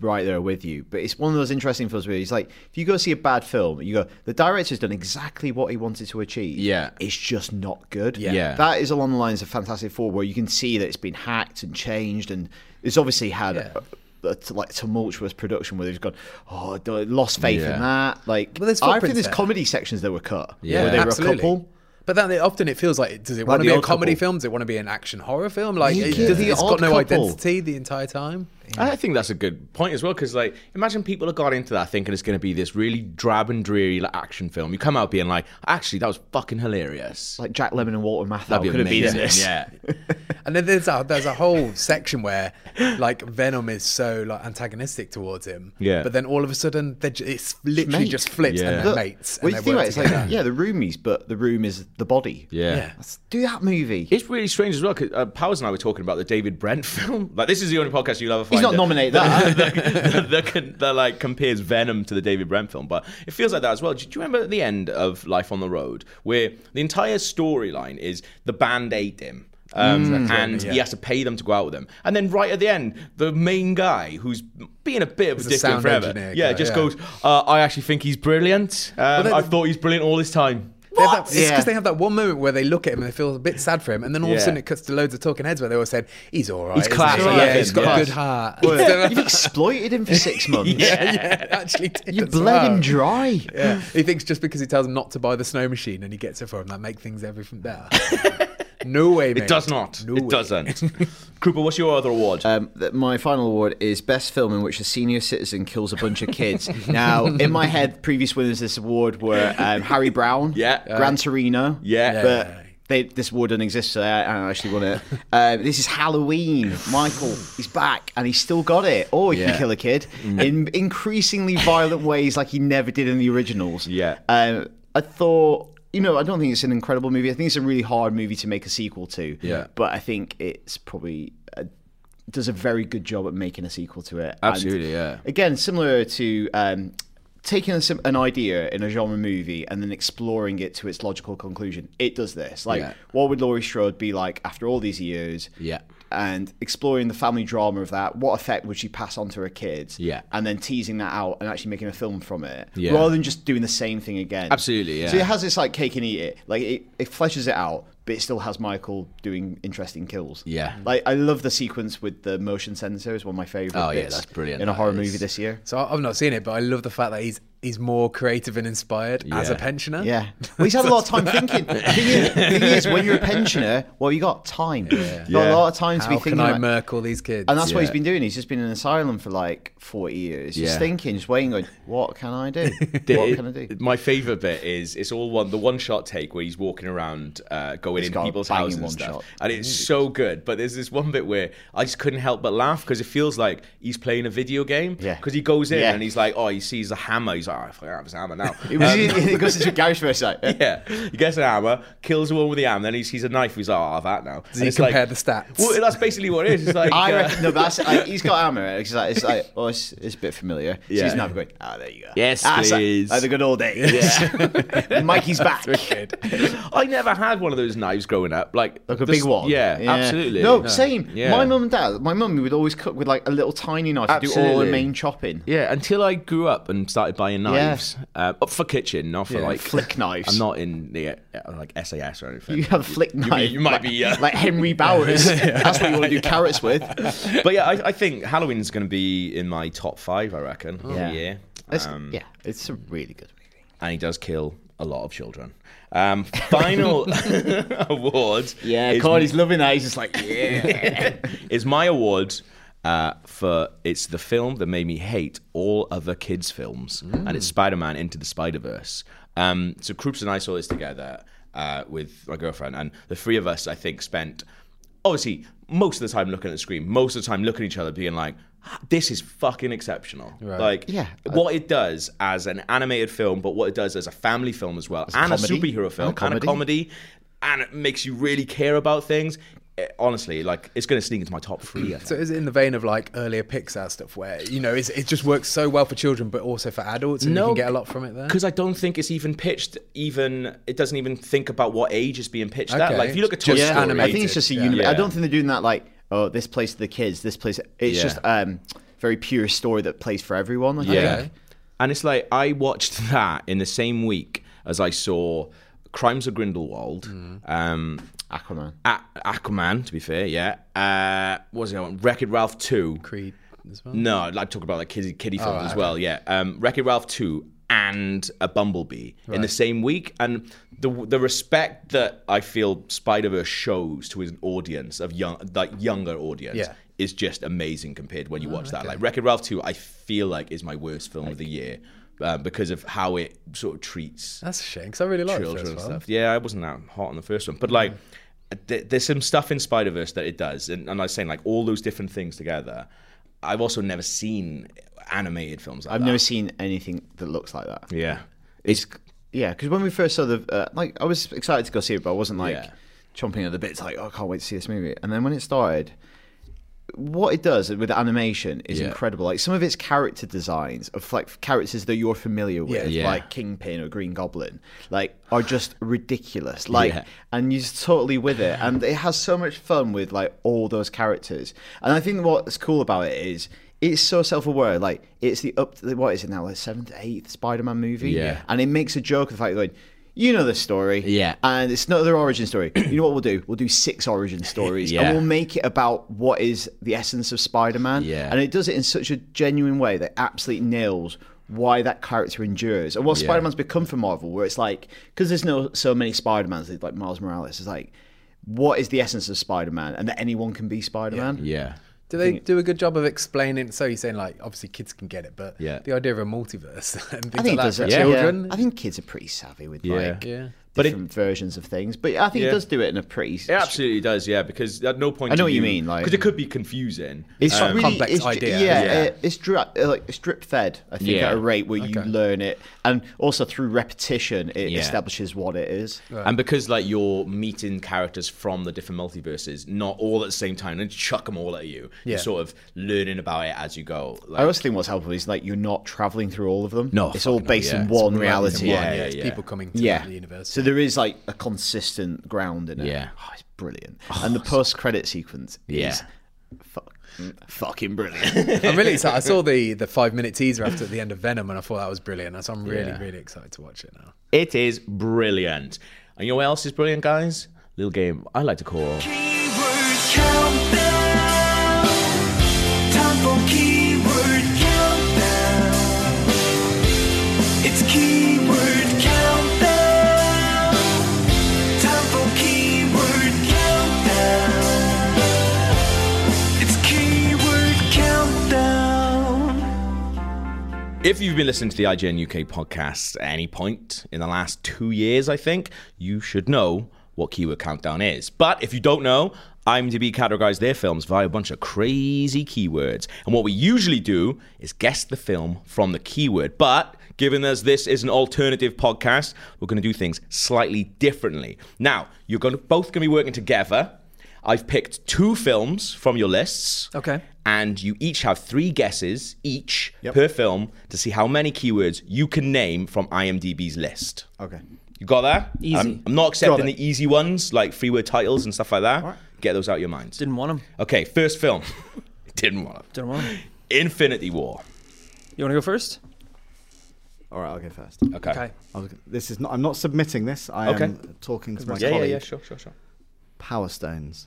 right there with you. But it's one of those interesting films where it's like, if you go see a bad film, you go, the director's done exactly what he wanted to achieve. Yeah. It's just not good. Yeah. Yeah. That is along the lines of Fantastic Four, where you can see that it's been hacked and changed, and it's obviously had. A, a t- like tumultuous production where they've gone, oh, I don't- lost faith Yeah. in that. Like, But there's I think footprints there's there. comedy sections that were cut. where they were a couple. But then it- often it feels like does it Like want the to be a old comedy couple. film? Does it want to be an action horror film? Like Yeah. it, does, The it's got odd no couple. identity the entire time. I think that's a good point as well because, like, imagine people have got into that thinking it's going to be this really drab and dreary like, action film. You come out being like, actually, that was fucking hilarious. Like Jack Lemon and Walter Matthau That'd be could have been in amazing. this. Yeah, And then there's a, there's a whole section where like Venom is so like antagonistic towards him. Yeah. But then all of a sudden, they're ju- it's literally Mate. just flips and they're Look, mates. and Well, you they work think about it, it's like, together. yeah, the room is, but the room is the body. Yeah. Let's do that movie. It's really strange as well because uh, Powers and I were talking about the David Brent film. Like, this is the only podcast you'll ever find. He's not that- nominated that. that, that can- that, like compares Venom to the David Brent film, but it feels like that as well. Do, do you remember at the end of Life on the Road where the entire storyline is the band ate him? Um, Mm. and Yeah. he has to pay them to go out with them. And then right at the end, the main guy who's being a bit of a He's a dick and sound forever, engineer yeah, guy, just yeah. goes, uh, "I actually think he's brilliant. Um, then- I thought he's brilliant all this time." They have that- it's Yeah. because they have that one moment where they look at him and they feel a bit sad for him, and then all of Yeah. a sudden it cuts to loads of talking heads where they all said, "He's all right. He's isn't class, he? I Yeah, like he's him, got yeah. a good heart." Well, You've exploited him for six months. Yeah, yeah, actually, did You as bled well. him dry. Yeah, he thinks just because he tells him not to buy the snow machine and he gets it for him, that make things ever from there. no way, mate. It does not. No it way. doesn't. Krupa, what's your other award? Um, th- my final award is best film in which a senior citizen kills a bunch of kids. now, in my head, previous winners of this award were um, Harry Brown, Yeah. Gran Torino, Yeah. but they, this award doesn't exist, so I, I don't actually won it. Um, this is Halloween. Michael, he's back, and he's still got it. Or he Yeah. Mm. can kill a kid in increasingly violent ways, like he never did in the originals. Yeah. Um, I thought, you know, I don't think it's an incredible movie. I think it's a really hard movie to make a sequel to. Yeah. But I think it's probably uh does a very good job at making a sequel to it. And Absolutely, yeah. Again, similar to. Um, Taking a, sim- an idea in a genre movie and then exploring it to its logical conclusion, it does this. Like, Yeah. what would Laurie Strode be like after all these years? Yeah. and exploring the family drama of that. What effect would she pass on to her kids? Yeah. and then teasing that out and actually making a film from it, Yeah. rather than just doing the same thing again. Absolutely, yeah. So it has this like cake and eat it. Like it, it fleshes it out, but it still has Michael doing interesting kills. Mm-hmm. Yeah. like I love the sequence with the motion sensor. Is one of my favorite. Oh, yeah, bits that's brilliant. in a That horror is. movie this year. So I- I've not seen it, but I love the fact that he's he's more creative and inspired as a Yeah. pensioner. Yeah. Well, he's had a lot of time thinking. The thing is, the thing is, when you're a pensioner, well, you got time. You got Yeah. a lot of time to How be can thinking. I about- murk all these kids? And that's what Yeah. he's been doing. He's just been in an asylum for like 40 years. Yeah. Just thinking, just waiting, going, what can I do? The- what can I do? My favourite bit is it's all one the one shot take where he's walking around uh, going This in guy people's banging houses and one stuff, shot. and it's so good. But there's this one bit where I just couldn't help but laugh because it feels like he's playing a video game. Yeah, because he goes in Yeah. and he's like, oh, he sees a hammer. He's like, oh, if I have his hammer now. It was, Um, he goes into a garage for a sec. yeah, he gets an hammer, kills the one with the hammer, then he sees a knife. He's like, oh, I have that now. Does And he it's like- compare the stats? Well, that's basically what it is. It's like I uh, reckon, no, but that's, like, he's got armor. It's like, it's like, oh, it's, it's a bit familiar. Yeah. Yeah. She's now going, ah, there you go. Yes, ah, it's like- please. Like, the good old days. Mikey's back. I never had one of those knives growing up, like, Like a this- big one. Yeah, absolutely. No, same. Yeah. My mum and dad, my mum would always cook with like a little tiny knife to do all Absolutely. her main chopping. Yeah, until I grew up and started buying Yeah. knives uh, up for kitchen, not for Yeah, like flick knives. I'm not in the uh, like SAS or anything. You have flick you, knife, You might like- be uh, like Henry Bowers. That's what you wanna do carrots with. But yeah, I, I think Halloween's going to be in my top five. I reckon. Yeah. Yeah. Of the year. It's- Um, yeah, it's a really good movie. And he does kill a lot of children. Um, final award. Yeah, is- Cordy's loving that. He's just like, yeah. is my award uh, for it's the film that made me hate all other kids' films, and it's Spider Man Into the Spider Verse. Um, so Krups and I saw this together uh, with my girlfriend, and the three of us, I think, spent obviously most of the time looking at the screen, most of the time looking at each other, being like, "Ah, "This is fucking exceptional!" Right. Like, Yeah. what it does as an animated film, but what it does as a family film as well, As a and a, comedy. superhero And a film, and a comedy. comedy comedy, and it makes you really care about things. Eh, honestly, like it's going to sneak into my top three. I think. So is it in the vein of like earlier Pixar stuff where you know it's, it just works so well for children, but also for adults, and you can get a lot from it there? because I don't think it's even pitched. Even it doesn't even think about what age it's being pitched at. Okay. Like if you look at Toy Story, I think it's just a Yeah. unit. I Yeah. don't think they're doing that like, oh, this plays to the kids, this plays. It's Yeah. just um, very pure story that plays for everyone. I Yeah. think. And it's like I watched that in the same week as I saw Crimes of Grindelwald, Mm. um, Aquaman, A- Aquaman. To be fair, yeah. Uh, what was the other one? Wreck It Ralph Two, Creed as well. No, I'd like to talk about like kiddie, kiddie Oh, films right, as okay. well. Yeah, um, Wreck It Ralph two and a Bumblebee in the Right. same week, and the the respect that I feel Spider Verse shows to an audience of young, like younger audience. Yeah. Is just amazing compared when you watch that. okay. Like Wreck It Ralph 2, I feel like is my worst film of the year uh, because of how it sort of treats That's a shame because I really like children the and first one. stuff. Yeah, I wasn't that hot on the first one, but like th- there's some stuff in Spider Verse that it does, and, and I was saying like all those different things together. I've also never seen animated films like I've that. never seen anything that looks like that. Yeah. It's yeah, because when we first saw the uh, like, I was excited to go see it, but I wasn't like chomping at the bits, like oh, I can't wait to see this movie. And then when it started, what it does with animation is Yeah. incredible. Like some of its character designs of like characters that you're familiar with, Yeah. like Kingpin or Green Goblin, like are just ridiculous. Like, Yeah. and you're just totally with it, and it has so much fun with like all those characters. And I think what's cool about it is. It's so self-aware. Like it's the up. What is it now? Like seventh, eighth Spider-Man movie. Yeah. And it makes a joke of the fact going, you know this story. Yeah. And it's another origin story. you know what we'll do? We'll do six origin stories. Yeah. And we'll make it about what is the essence of Spider Man. Yeah. And it does it in such a genuine way that absolutely nails why that character endures and what Yeah. Spider Man's become for Marvel, where it's like, because there's no so many Spider Mans, like Miles Morales, it's like, what is the essence of Spider Man and that anyone can be Spider Man? Yeah. Do they do a good job of explaining? So you're saying like obviously kids can get it, but Yeah. the idea of a multiverse and things I think it like does that it. for children. I think kids are pretty savvy with Yeah. like Yeah. But it- different versions of things, but I think it Yeah. does do it in a pretty. It absolutely does, yeah. Because at no point I know do what you mean, like- because it could be confusing. It's Um, really, it's, Yeah, uh, it's drip, uh, like strip fed. I think Yeah. at a rate where you learn it, and also through repetition, it Yeah. establishes what it is. And because like you're meeting characters from the different multiverses, not all at the same time, and chuck them all at you. You're Yeah. sort of learning about it as you go. I Like, also think what's helpful is like you're not traveling through all of them. No, it's all fucking based not, yeah. in It's one all reality. in one, Yeah, yeah, it's yeah. people coming to yeah. the universe. So there is like a consistent ground in it. Yeah, oh, it's brilliant. and the post-credit sequence Yeah. is fuck, fucking brilliant. I'm really excited. I saw the the five minute teaser after at the end of Venom, and I thought that was brilliant. So I'm really Yeah. really excited to watch it now. It is brilliant. And you know what else is brilliant, guys? Little game I like to call. Time for keyword countdown. It's keyword countdown. Time for keyword countdown. It's keyword countdown. If you've been listening to the IGN UK podcast at any point in the last two years, I think, you should know what Keyword Countdown is. But if you don't know, IMDb categorize their films via a bunch of crazy keywords. And what we usually do is guess the film from the keyword. But given as this is an alternative podcast, we're going to do things slightly differently. Now, you're going to, both going to be working together. I've picked two films from your lists. Okay. And you each have three guesses each per film to see how many keywords you can name from IMDb's list. okay. You got that? Easy. I'm, I'm not accepting Got it. the easy ones like free word titles and stuff like that. Get those out of your minds. Didn't want them. Okay, first film. Didn't want them. Didn't want 'em. Infinity War. You want to go first? All right, I'll go first. Okay. Okay. I was- This is not. I'm not submitting this. I Okay. am talking to my Yeah, yeah, colleague. yeah, sure, sure, sure. Power stones.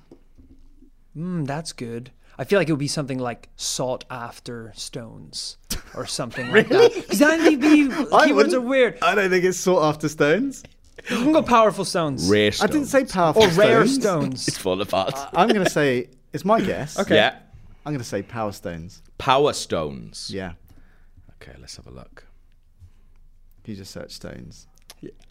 Mm, that's good. I feel like it would be something like sought after stones or something like that. Because I keywords wouldn't- are weird. I don't think it's sought after stones. You can go powerful stones. Rare stones. I didn't say powerful Or rare stones. stones. It's fall apart. Uh, I'm going to say it's my guess. Okay. Yeah. I'm going to say power stones. Power Stones. Yeah. Okay, let's have a look. You just search stones.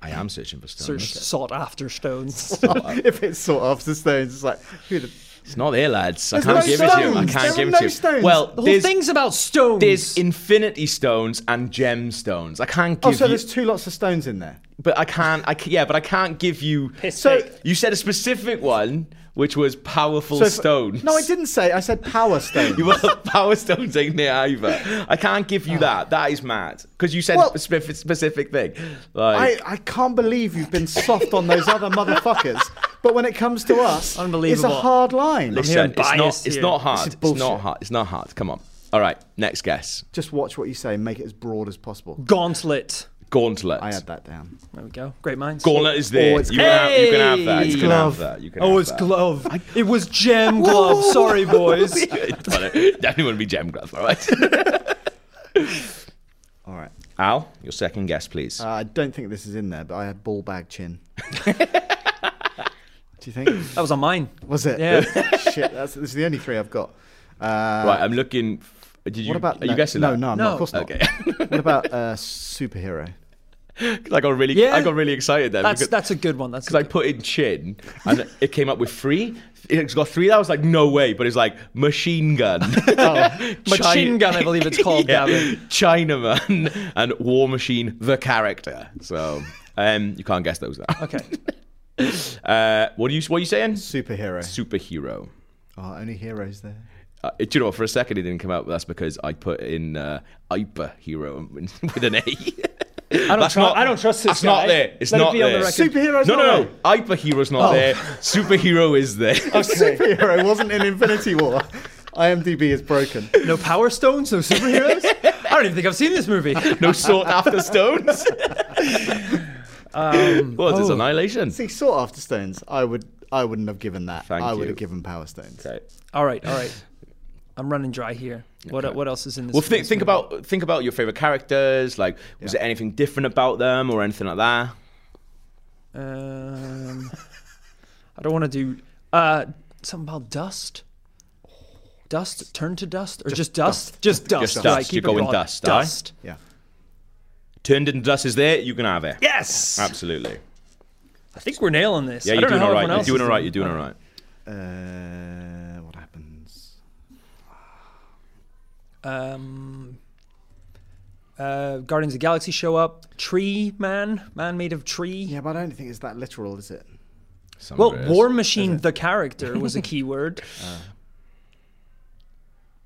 I am searching for stones. Search sought after stones. if it's sought after stones, it's like who the It's not there, lads. I There's can't no give it to you. I stones. can't There give are it no to you. stones. Well, The whole there's, thing's about stones. There's infinity stones and gemstones. I can't Oh, give so you, there's two lots of stones in there. but I can't. I ca- yeah, but I can't give you. So- take. you said a specific one, which was powerful So if- stones. No, I didn't say. I said power stones. You were power stones ain't there either. I can't give you that. That is mad because you said Well- a specific, specific thing. I, Like I can't believe you've been soft on those other motherfuckers. But when it comes to us, it's a Unbelievable. hard line. listen, it's not. It's not hard. It's not hard. It's not hard. Come on. All right. Next guess. Just watch what you say and make it as broad as possible. Gauntlet. Gauntlet. I had that down. There we go. Great minds. Gauntlet is Oh, there. you, can have, you can have that. Hey! You can have that. You can oh, have it's that. glove. It was gem glove. Sorry, boys. Definitely wouldn't be gem glove, all right? all right. Al, your second guess, please. Uh, I don't think this is in there, but I had ball bag chin. Do you think that was on mine? Was it? Yeah. Shit, that's, this is the only three I've got. Uh, right, I'm looking. Did you? what about? Are no, you guessing no, that? No, no, of course not. Okay. what about uh, superhero? 'Cause I got really, I got really excited then. That's- because- that's a good one. That's because I put in chin and it came up with three. It's got three. I was like, no way, but it's like machine gun, Oh, Machine Gun, I believe it's called, Gavin. Chinaman, and War Machine, the character. So um, you can't guess those now. Okay. Uh, what are you? What are you saying? Superhero. Superhero. Oh, only heroes there. Uh, do you know what? For a second, it didn't come out. but That's because I put in uh, Iper hero with an A. I don't, That's tru- not- I don't trust this It's guy. not there. It's Let it not be on the there. record. Superhero's No, not no, no. Hyperhero's not Oh. there. Superhero is there. Superhero wasn't in Infinity War. IMDb is broken. No power stones, no superheroes. I don't even think I've seen this movie. No sought after stones. Um, What oh. is this, Annihilation? See, sought after stones. I would. I wouldn't have given that. Thank I you. would have given power stones. Okay. All right, all right. I'm running dry here. What what else is in this? well, thi- this think movie? about think about your favorite characters. Like, was there anything different about them or anything like that? Um, I don't want to do uh, something about dust. Dust turn to dust, or just, dust? Just dust. Just Right, dust. keep You're it going broad. dust. all right? Dust. Yeah. Turned into dust is there. You can have it. Yes. Absolutely. I think we're nailing this. Yeah, I you're don't know doing how all right. everyone You're else doing is all right. You're doing all right. Uh, what happens? Um, uh, Guardians of the Galaxy show up. Tree man, man made of tree. Yeah, but I don't think it's that literal, is it? Some well, of it is. War Machine, the character, was a key word.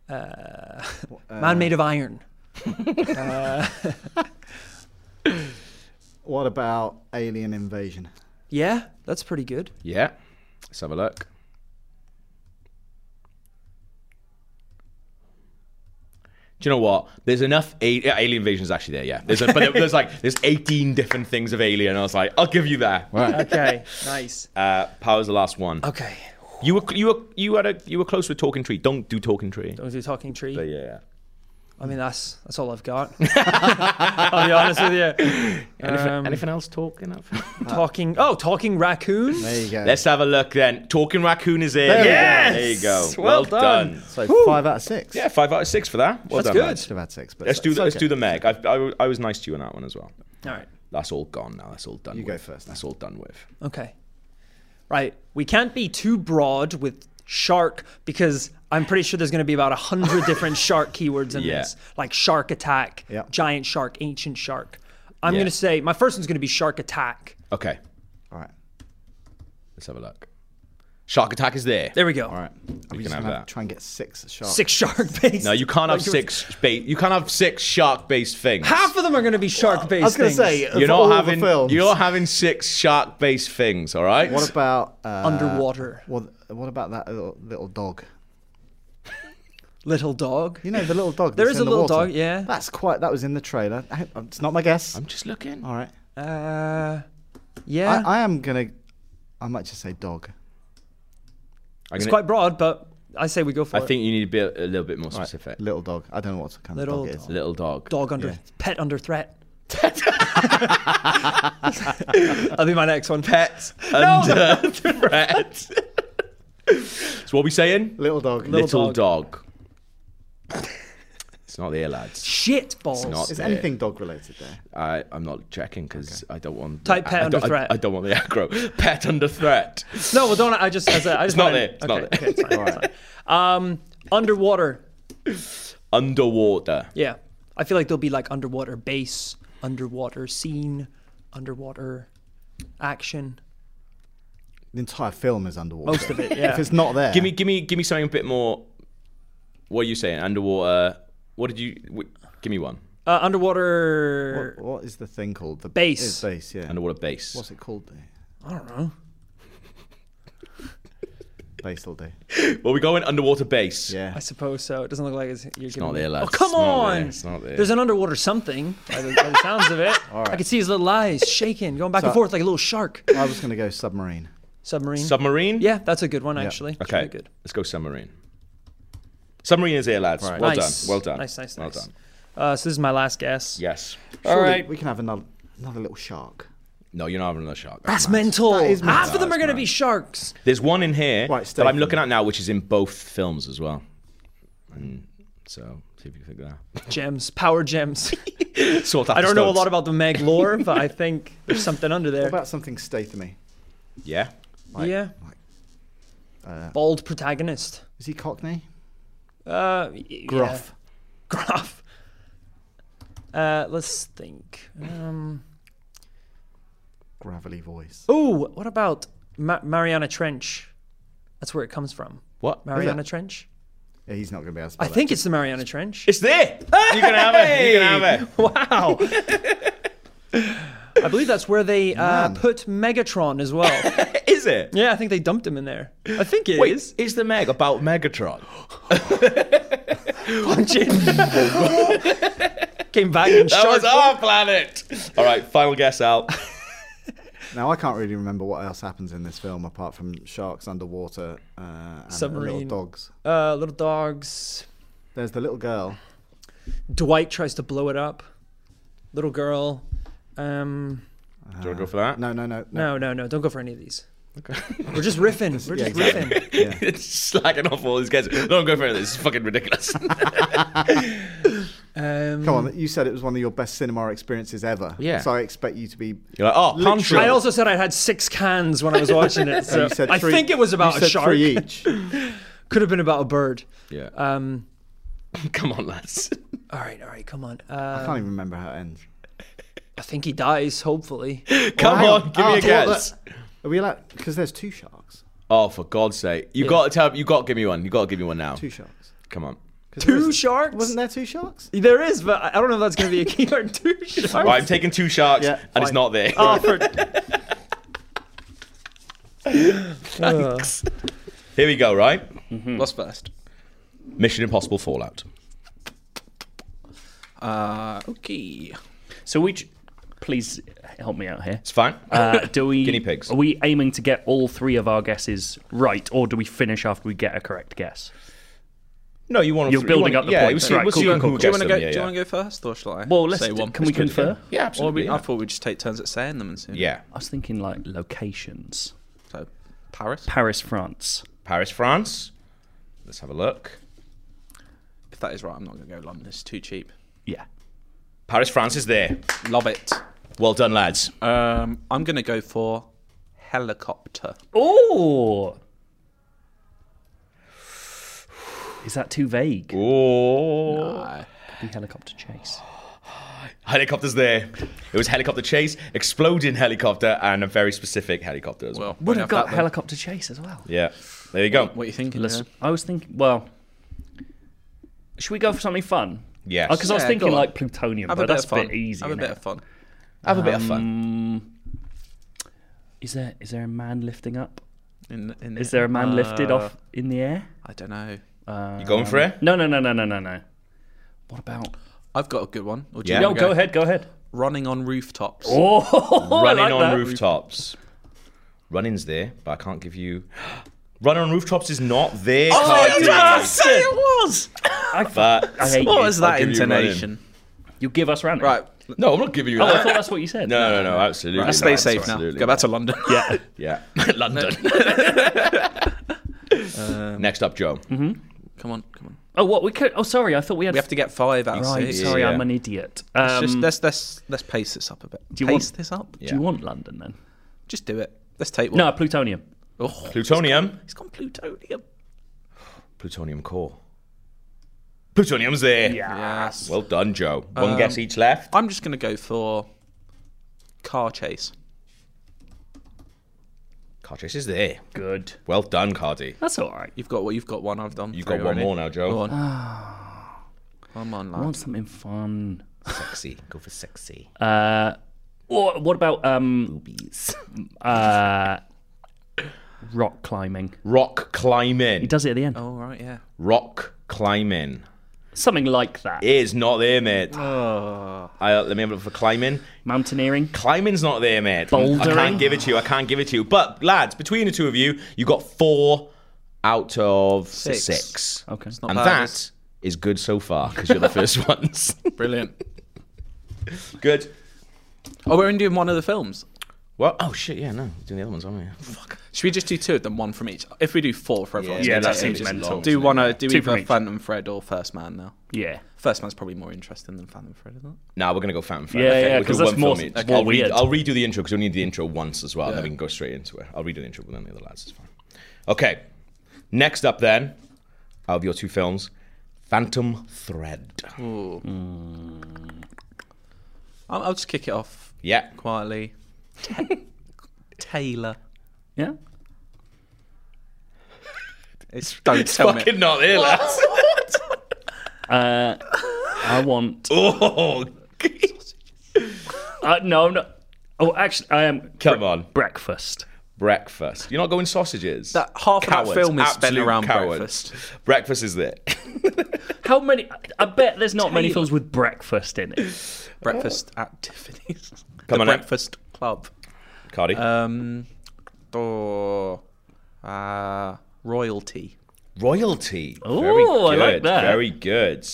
Uh, man made of iron. uh, What about alien invasion? yeah, that's pretty good. Yeah. Let's have a look. Do you know what? There's enough a- yeah, alien invasion's actually there. Yeah, there's a, but there- there's like there's 18 different things of alien. I was like, I'll give you that. okay, nice. Uh, power's the last one. Okay. You were you were you had a you were close with talking tree. Don't do talking tree. Don't do talking tree. But yeah. I mean, that's that's all I've got. I'll be honest with you. Um, Anything- anything else talking? talking. Oh, talking raccoon. There you go. Let's have a look then. Talking raccoon is in. There we go. yes. There you Yes! go. Well Well, done. done. So five out of six. Yeah, five out of six for that. Well That's done, good. lads. Should have had six, but let's do it's the, let's okay. do the Meg. I've, I, w- I was nice to you on that one as well. All right. That's all gone now. That's all done. You go first. That's all done with. Okay. Right. We can't be too broad with shark because I'm pretty sure there's going to be about a hundred different shark keywords in Yeah. this, like shark attack, giant shark, ancient shark. I'm Yeah. going to say my first one's going to be shark attack. Okay. All right. Let's have a look. Shark attack is there. There we go. All right. We just can have gonna that. Try and get six sharp. Six shark based. No, you can't have Like you- six. Ba- you can't have six shark-based things. Half of them are going to be shark based. I was gonna say, of you're not all the having films- you're not having six shark-based things. All right. What about uh, Underwater. What What about that little, little dog? little dog. You know the little dog. There that's is in a the little water? dog, yeah. That's quite. That was in the trailer. I- it's not my guess. I'm just looking. All right. Uh, yeah. I, I am gonna. I might just say dog. it's gonna- quite broad, but I say we go for I it. think you need to be a, a little bit more specific. Little dog. I don't know what kind Little of dog it is. dog. Little dog. dog under Yeah. pet under threat. That'll be my next one. Pet under threat. so what we saying? Little dog. Little, Little dog. it's not there, lads. Shit balls. It's not Is there. anything dog related there? I, I'm not checking because I don't want. Type pet I- I under don't- I- threat. I, don't want the aggro. Pet under threat. No, well, don't. I just. As a, I just It's not wanna- there. It's not okay, there. okay, it's fine, it's fine. Um, underwater. Underwater. Yeah, I feel like there'll be like underwater base, underwater scene, underwater action. The entire film is underwater. Most of it, yeah. if it's not there, Give me, give me, give me something a bit more. What are you saying? Underwater. What did you? What, give me one. Uh, underwater. What is the thing called? The Base. it's base. Yeah. Underwater base. What's it called? I don't know. Base all day. Well, we go in underwater base. Yeah. I suppose so. It doesn't look like it's. You're it's not there, Oh lads. come It's not on! there. It's not there. There's an underwater something. By the, by the sounds of it, All right. I can see his little eyes shaking, going back and So- forth like a little shark. I was gonna go submarine. Submarine. Submarine. yeah, that's a good one actually. It's Okay. really good. Let's go submarine. Submarine is here, lads. Right. Well Nice. done. Well done. Nice, nice, Well nice. done. Uh, so this is my last guess. Yes. All Surely right. We can have another another little shark. No, you're not having another shark. That's mental. That is Half mental. of them are going to be sharks. There's one in here Right, that I'm Statham. looking at now, which is in both films as well. And So see if you can figure that. out. Gems, power gems. Sort out I the don't know a studs. lot about the Meg lore, but I think there's something under there. about something Stathamy? Yeah. yeah. Bald protagonist. Is he Cockney? Uh, y- yeah. Gruff. Gruff. Uh, let's think. Um, Gravelly voice. oh, what about Ma- Mariana Trench? That's where it comes from. What? Mariana Trench? Yeah, he's not going to be able to Oh, spell I that. think it's the Mariana Trench. It's there. You can have it. You can have it. Wow. I believe that's where they uh, put Megatron as well. is it? Yeah, I think they dumped him in there. I think it is. Wait, is. the Meg about Megatron? Punch it. Came back and That shot. was our planet. All right, final guess out. Now I can't really remember what else happens in this film apart from sharks underwater uh, and Submarine. little dogs. Uh, little dogs. There's the little girl. Dwight tries to blow it up. Little girl. Um, Do you want to go for Uh, that? No, no, no, no, no, no. Don't go for any of these. We're just riffing. We're Yeah, just exactly. riffing. It's slacking off all these guys. Don't go for it. This is fucking ridiculous. Um, Come on, you said it was one of your best cinema experiences ever. Yeah. So I expect you to be. You're like, oh, palm Literally. I also said I had six cans when I was watching it. So you said I three- think it was you about a said shark. three each. Could have been about a bird. Yeah. Uh, Um, Come on, lads. all right, all right, come on. I Uh, can't even remember how it ends. I think he dies, hopefully. Come Hang on, give Oh, me a I thought guess. that- Are we allowed? Because there's two sharks. Oh, for God's sake! You got to tell. You got to give me one. You got to give me one now. Two sharks. Come on. 'Cause there Two isn't- sharks? Wasn't there two sharks? There is, but I I don't know if that's going to be a key or two sharks. Right, I'm taking two sharks, Yeah, and it's fine. not there. Oh, for- Here we go. Right, What's first? Mission Impossible Fallout. Uh, okay. So we, ch- please help me out here. It's fine. Uh, do we Guinea pigs. Are we aiming to get all three of our guesses right, or do we finish after we get a correct guess? no, you want. you're you building wanna- up the yeah, points. We'll see, Right, we'll cool, see cool, who cool. Do you gets want to go? them, yeah, Do you yeah. want to go first, or shall I? Well, let's say one. can we confer? Yeah, Or we, absolutely. I yeah. thought we'd just take turns at saying them and see. yeah, I was thinking like locations. So, Paris, Paris, France. Paris, France. Let's have a look. if that is right, I'm not going to go London. It's too cheap. Yeah. Paris, France is there. Love it. Well done, lads. Uh, Um, I'm going to go for helicopter. Oh. Is that too vague? Oh, The helicopter chase. helicopter's there. It was helicopter chase, exploding helicopter, and a very specific helicopter as well. Well, Would won't have got that then. helicopter chase as well. Yeah, there you go. What are you thinking? Let's- Listen. I was thinking. Well, should we go for something fun? Yes. Because I was Yeah, thinking go on. like plutonium, Have a but bit that's of fun. a bit easy. Have a innit? bit of fun. Have a bit of fun. Is there is there a man lifting up? In, in Is there a man lifted Uh, off in the air? I don't know. You going for it? No, no, no, no, no, no, no. What about? I've got a good one. Or do Yeah. you No, wanna go ahead, go ahead. Running on rooftops. Oh, I Running like on that. rooftops. Running's there, but I can't give you. Running on rooftops is not there. Oh, I Cardi. was about to say it was. I, fu- But I hate What you. was I'll that give you running. intonation? You give us random. Right. no, I'm not giving you Oh, I that. thought that's what you said. No, no, no, absolutely. Let's not. stay safe now. Absolutely Go back to not. London. Yeah. yeah, London. Next up, Joe. come on, come on. Oh, what we could? Oh, sorry. I thought we had. We have to get five out of Right. six. Sorry, Yeah. I'm an idiot. Um, Just let's let's let's pace this up a bit. Do you pace want- this up? Do you want London then? Just do it. Let's take one. No, plutonium. Oh, Plutonium. it's gone plutonium. Plutonium core. Plutonium's there. Yes. Well done, Joe. One guess each left. I'm just gonna go for car chase. Cartrace is there. Good. Well done, Cardi. That's all right. You've got what you've got one. I've done. You've three got one already. more now, Go Joe. on. Ah. Come on, I want lad. something fun. Sexy. Go for sexy. Uh, or what about um, Boobies. uh, rock climbing? Rock climbing. He does it at the end. Oh right, yeah. Rock climbing. Something like that. is not there, mate. I, let me have a look for climbing. Mountaineering. Climbing's not there, mate. I Bouldering. can't give it to you. I can't give it to you. But lads, between the two of you, you got four out of six. Six. Okay. It's not And bad. that is good so far because you're the first ones. Brilliant. good. Oh, we're only doing one of the films. Well, oh shit, yeah, no, we're doing the other ones, aren't we? Fuck. Should we just do two of them, one from each? If we do four for everyone, Yeah, it's gonna that be seems ages. mental. Do one, uh, do Two from either each. Phantom Fred or First Man now? Yeah. First Man's probably more interesting than Phantom Fred, isn't it? Nah, we're gonna go Phantom Thread. Yeah, Okay, yeah, we'll do 'cause that's one more- film each. okay, I'll, read, weird. I'll redo the intro because we need the intro once as well, and Yeah. then we can go straight into it. I'll redo the intro with then the other lads. It's fine. Okay, next up then, out of your two films, Phantom Thread. Ooh. I'll, I'll just kick it off. Yeah. Quietly. Ta- Taylor. Yeah? It's don't tell me. fucking not there, lads. Uh, I want. Oh, uh, no, no. Oh, actually, I am. Come on, breakfast. Breakfast. You're not going sausages. That half of that film is spent around breakfast. Breakfast is there. How many? I bet there's not many Taylor. films with breakfast in it. Breakfast at Tiffany's. Come the on, then. Breakfast Club. Cardi. Um, or, uh, royalty. Oh. Royalty. Ooh, I like that. Very good.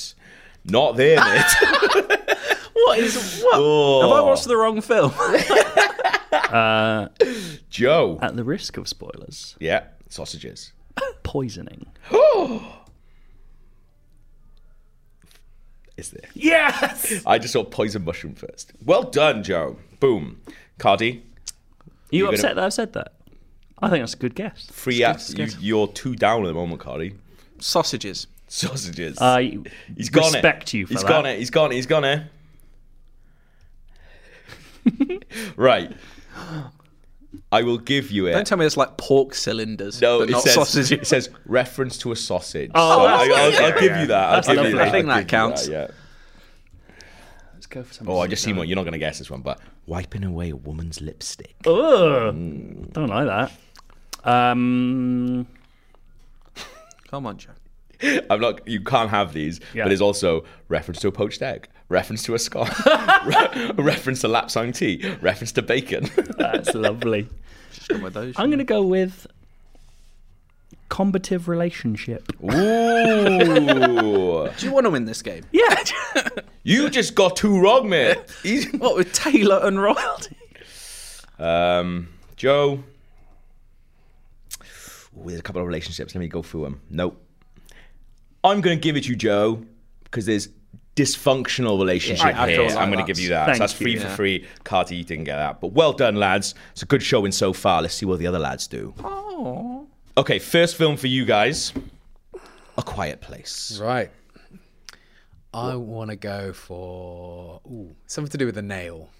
Not there, Oh, mate. What is what? Have I watched Oh, the wrong film? Uh, Joe. At the risk of spoilers. Yeah, sausages. Poisoning. is there? Yes. I just saw poison mushroom first. Well done, Joe. Boom. Cardi. you you're gonna- upset that I've said that? I think that's a good guess. Free up. You, you're two down at the moment, Cardi. Sausages. Sausages. Uh, I He's gone respect it. you for He's that. gone it. He's gone it. He's gone it. right. I will give you it. Don't tell me it's like pork cylinders. No, but it not says, sausages. it says reference to a sausage. Oh, so that's I, will good. give you that. I'll That's give lovely. you that. I think I'll that give you counts. Let's go for yeah. Oh, I just seen one. You're not going to guess this one, but wiping away a woman's lipstick. Oh, don't like that. Um, Come on, Joe. I'm not. You can't have these. Yeah. But there's also reference to a poached egg, reference to a scarf, re- reference to lapsang tea, reference to bacon. That's lovely. with those. I'm going to go with combative relationship. Ooh. Do you want to win this game? Yeah. you just got two wrong, mate. Easy. What with Taylor and royalty? Um, Joe. Ooh, there's a couple of relationships. Let me go through them. Nope. I'm going to give it to you, Joe, because there's dysfunctional relationship Yeah, I here. feel like I'm going to that's- give you that. Thank so that's you. free for Yeah. free. Carty, you didn't get that. But well done, lads. It's a good showing so far. Let's see what the other lads do. Oh. Okay, first film for you guys A Quiet Place. Right. I want to go for ooh, something to do with a nail.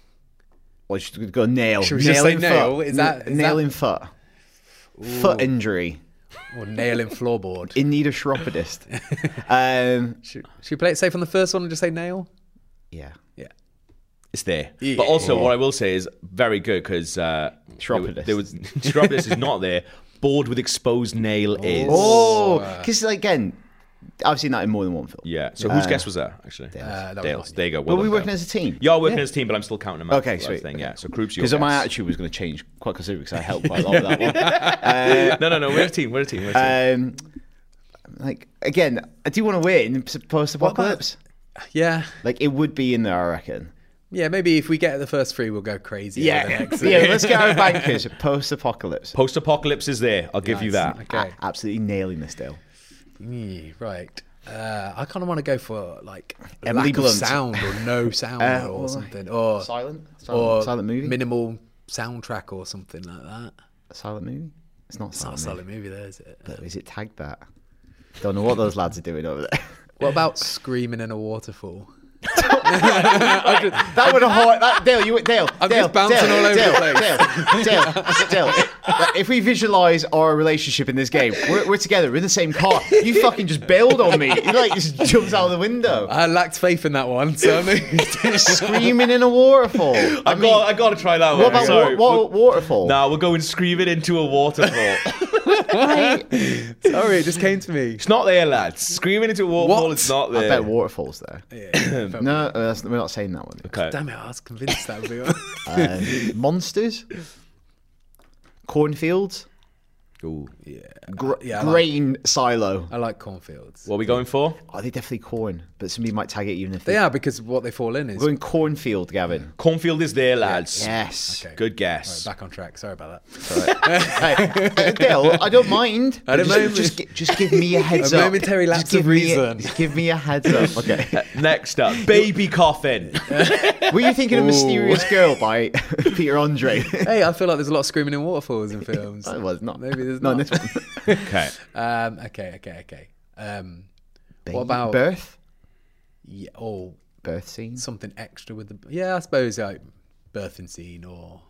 Well, you should go nail. Should we nail just say in nail? Foot. Is that- N- is nail that- in foot? Foot Ooh. injury. Or nail in floorboard. In need of chiropodist. um, should, should we play it safe on the first one and just say nail? Yeah. Yeah. It's there. Yeah. But also, what I will say is very good because uh, Chiropodist. there was Chiropodist is not there. Bored with exposed nail is. Oh, because again, I've seen that in more than one film. Yeah. So whose Uh, guess was that actually? Dales. Dales. There you go. But Well we done, working Dales. as a team. You are working Yeah. as a team, but I'm still counting them. out Okay, for that sweet. Thing. Yeah. So Croup's your Because my guess. attitude was going to change quite considerably because I helped quite a lot with that one. Uh, no, no, no. We're a team. We're a team. We're a team. Um, like again, I do want to win post apocalypse. Yeah. Like it would be in there, I reckon. Yeah, maybe if we get the first three, we'll go crazy. Yeah, over the yeah. next- let's get our bankers. Post apocalypse. Post apocalypse is there. I'll give you that. Okay. absolutely nailing this deal. Yeah, right. Uh, I kind of want to go for like Emily lack Blunt. of sound or no sound Uh, or or- something or Silent? Silent- or silent movie? minimal soundtrack or something like that. A silent movie? It's not. a It's not a silent movie, there is it? But is it tagged that? Don't know what those lads are doing over there. What about screaming in a waterfall? that would have hurt. That, Dale, you Dale. I'm Dale, just bouncing Dale, all over Dale, the place. Dale, Dale, Dale. Like, If we visualize our relationship in this game, we're, we're together. We're in the same car. You fucking just bailed on me. You like just jumps out of the window. I lacked faith in that one, so I mean, screaming in a waterfall. I, got. I got to try that one. What about Sorry. wa- wa- waterfall? Nah, we're going screaming into a waterfall. Sorry, it just came to me. it's not there, lads. Screaming into a waterfall. What? It's not there. I bet waterfalls there. no, uh, that's, we're not saying that one. Okay. Damn it, I was convinced that would be one. Uh, monsters, cornfields. Ooh, yeah. Gr- yeah, I like- grain silo. I like cornfields. What are we going for? Are they definitely corn? But somebody might tag it even if They are because what they fall in We're is. going cornfield, Gavin. Cornfield is there, lads. Yes. Good All right, guess. back on track. Sorry about that. hey, Dale, I don't mind. I don't just, mind. Just, gi- just give me a heads A up. momentary Just lapse give of me a- reason. just give me a heads up. Okay. Uh, Next up, baby coffin. Were you thinking of Ooh. Mysterious Girl by Peter Andre? hey, I feel like there's a lot of screaming in waterfalls in films. That was not. Maybe there's No, not. this one. Okay. Um, okay, okay, okay. Um, Baby- what about birth? Yeah, or Birth scene. something extra with the yeah. I suppose like birthing scene or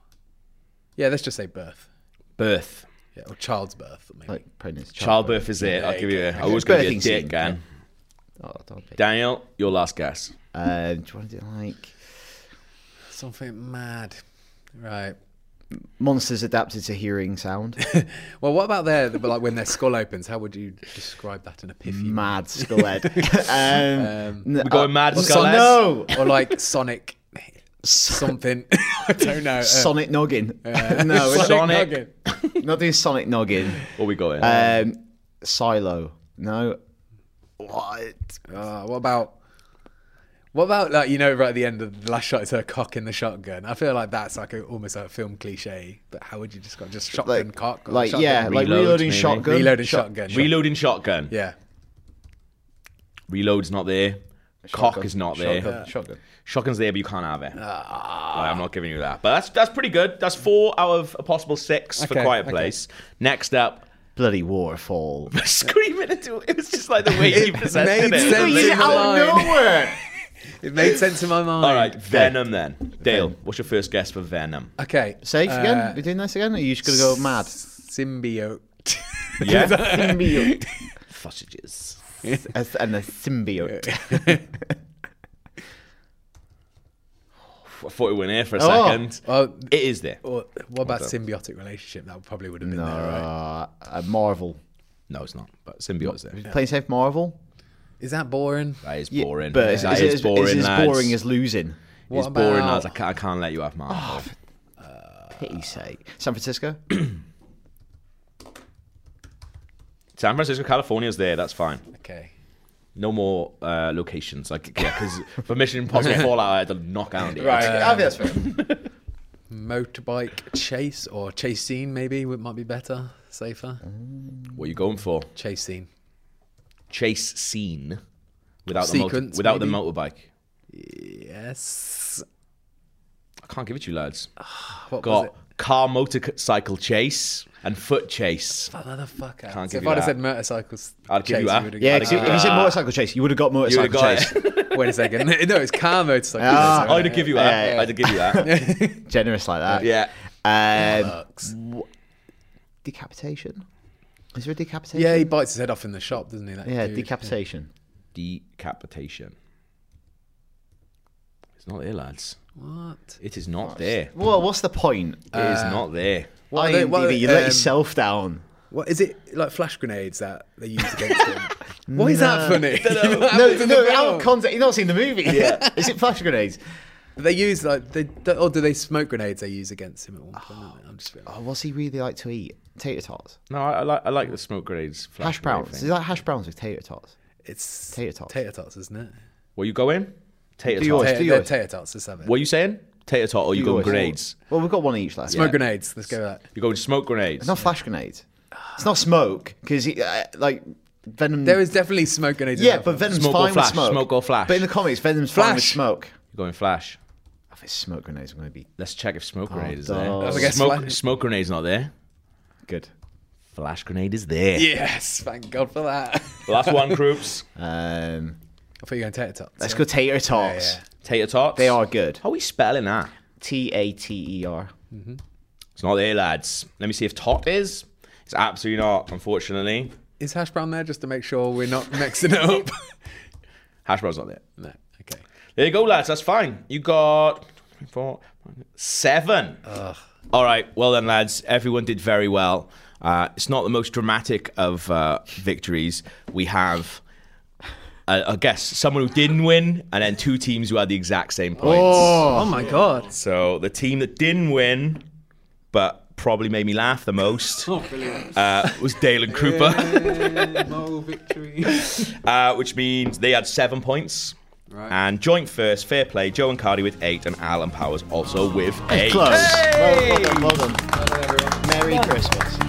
yeah. Let's just say birth. Birth. Yeah, or child's birth. Maybe. Like pregnancy. Childbirth is it. I'll give you a, I was going to be a Birthing scene, dick, Gan. Oh, don't be. Daniel, your last guess. Uh, do you want to do like Something mad. Right. monsters adapted to hearing sound? Well, what about there? But like when their skull opens, how would you describe that in a pithy? mad skullhead. um, n- We're going uh, mad or skull Sonic- heads? No. Or like Sonic something. I don't know. Uh, Sonic noggin. no, Sonic. we're not, Sonic. Noggin. not doing Sonic noggin. What we going? Um, silo. No. What? Uh, what about? What about like you know right at the end of the last shot it's her cock in the shotgun. I feel like that's like a, almost like a film cliche. But how would you describe just shotgun Like, cock? or like shotgun? yeah, like Reload, reloading maybe. shotgun. reloading Shot- shotgun. Reloading shotgun. Yeah. Reload's not there. Cock is not there. Shotgun. Shotgun. Ah. Shotgun's there, but you can't have it. Like, I'm not giving you that. But that's that's pretty good. That's four out of a possible six for Okay, Quiet okay. Place. Next up, Bloody waterfall. screaming into it was just like the way he presented made it. sense. Please, Leave it out of alone. nowhere. It made sense in my mind. All right, Venom then. Dale, what's your first guess for Venom? Okay. Safe uh, again? We're doing this again? Or are you just gonna go mad? Symbiote. Yeah, Symbiote. sausages. As- and a symbiote. I thought it went there for a Oh. second. Well, It is there. well, what about symbiotic relationship? That probably would have been No, there, right? uh, Marvel. No, it's not. But symbiote's there. Playing safe Marvel. Is that boring? That is Yeah, boring. But is, that is, is, it as- boring. is it as lads. boring as losing? Ah, What it's boring, about- lads. I can't, I can't let you have Marvel. Pity's sake. San Francisco. San Francisco, California's there. That's fine. Okay. No more uh, locations. Like yeah, because for Mission Impossible Fallout, I had to knock out. the- Right. I think that's fair. Motorbike chase or chase scene maybe would might be better, safer. What are you going for? Chase scene. Chase scene without the motor- Sequence, without maybe? the motorbike. Yes. I can't give it to you, lads. What was Got car motorcycle chase and foot chase. it? Motherfucker. Can't so give if you I'd have that. said motorcycles, I'd give you that. would've- Yeah, I'd 'cause have if you said got- motorcycle chase, you would have got Uh, You would have motorcycle got chase. it. Wait a second. No, it's car motorcycle. Ah. I'd have give you that. Yeah, yeah. I'd have give you that. Generous like that. yeah. Um, wha- decapitation. Is there a decapitation? yeah, he bites his head off in the shop, doesn't he? That Yeah, dude? decapitation. Decapitation. It's not there, lads. What? It is not there. It is Well, what's the point? not there. What are they- IMDb, what are they- you let um, yourself down. What is it? Like flash grenades that they use against him? Why is that funny? No, no, out of context. You've not seen the movie. Yeah. Is it flash grenades? They use like they do- or do they smoke grenades? They use against him at one point. don't they? I'm just Oh, what's he really like to eat? Tater tots. No, I, I like I like the smoke grenades. Flash Hash grenade browns. thing. Is that hash browns with tater tots? it's Tater tots. Tater tots, isn't it? Were you going? Tater Do yours, tot. Tater, do they're yours. tater tots. Let's have it. What are you saying? Tater tot or you going Yours. grenades? Well, we've got one each left. Smoke grenades. Let's go with that. You're going smoke grenades. It's not flash grenades. It's not smoke because uh, like venom. There is definitely smoke grenades. in Mm. yeah, that but film. venom's Smoke or fine flash? with smoke. Smoke or flash? But in the comics, venom's fine with Flash! smoke. You're going flash. If it's smoke grenades, I'm going to be Let's check if smoke grenade is dog. I there. guess Smoke, flash- smoke grenade's not there. good. Flash grenade is there. yes, thank God for that. I Last one, groups. Um, thought you were going tater tots. let's so- go tater tots. yeah. Tater tots. They are good. How are we spelling that? T A T E R. It's not there, lads. Let me see if tot is. It's absolutely not, unfortunately. Is hash brown there just to make sure we're not mixing it up? Hash brown's not there. no. Okay. There you go, lads. That's fine. You got four, seven. All right. Well then, lads. Everyone did very well. Uh, it's not the most dramatic of uh, victories. We have, uh, I guess, someone who didn't win, and then two teams who had Oh. the exact same points. Oh my god. So the team that didn't win, but probably made me laugh the most Oh, brilliant. uh, was Dale and Cooper. Yeah, moral victory. uh, which means they had seven points. Right. And joint first, fair play, Joe and Cardi with eight, and Alan Powers also with eight. Close. Well, well done, well done. Merry Christmas.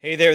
Hey there,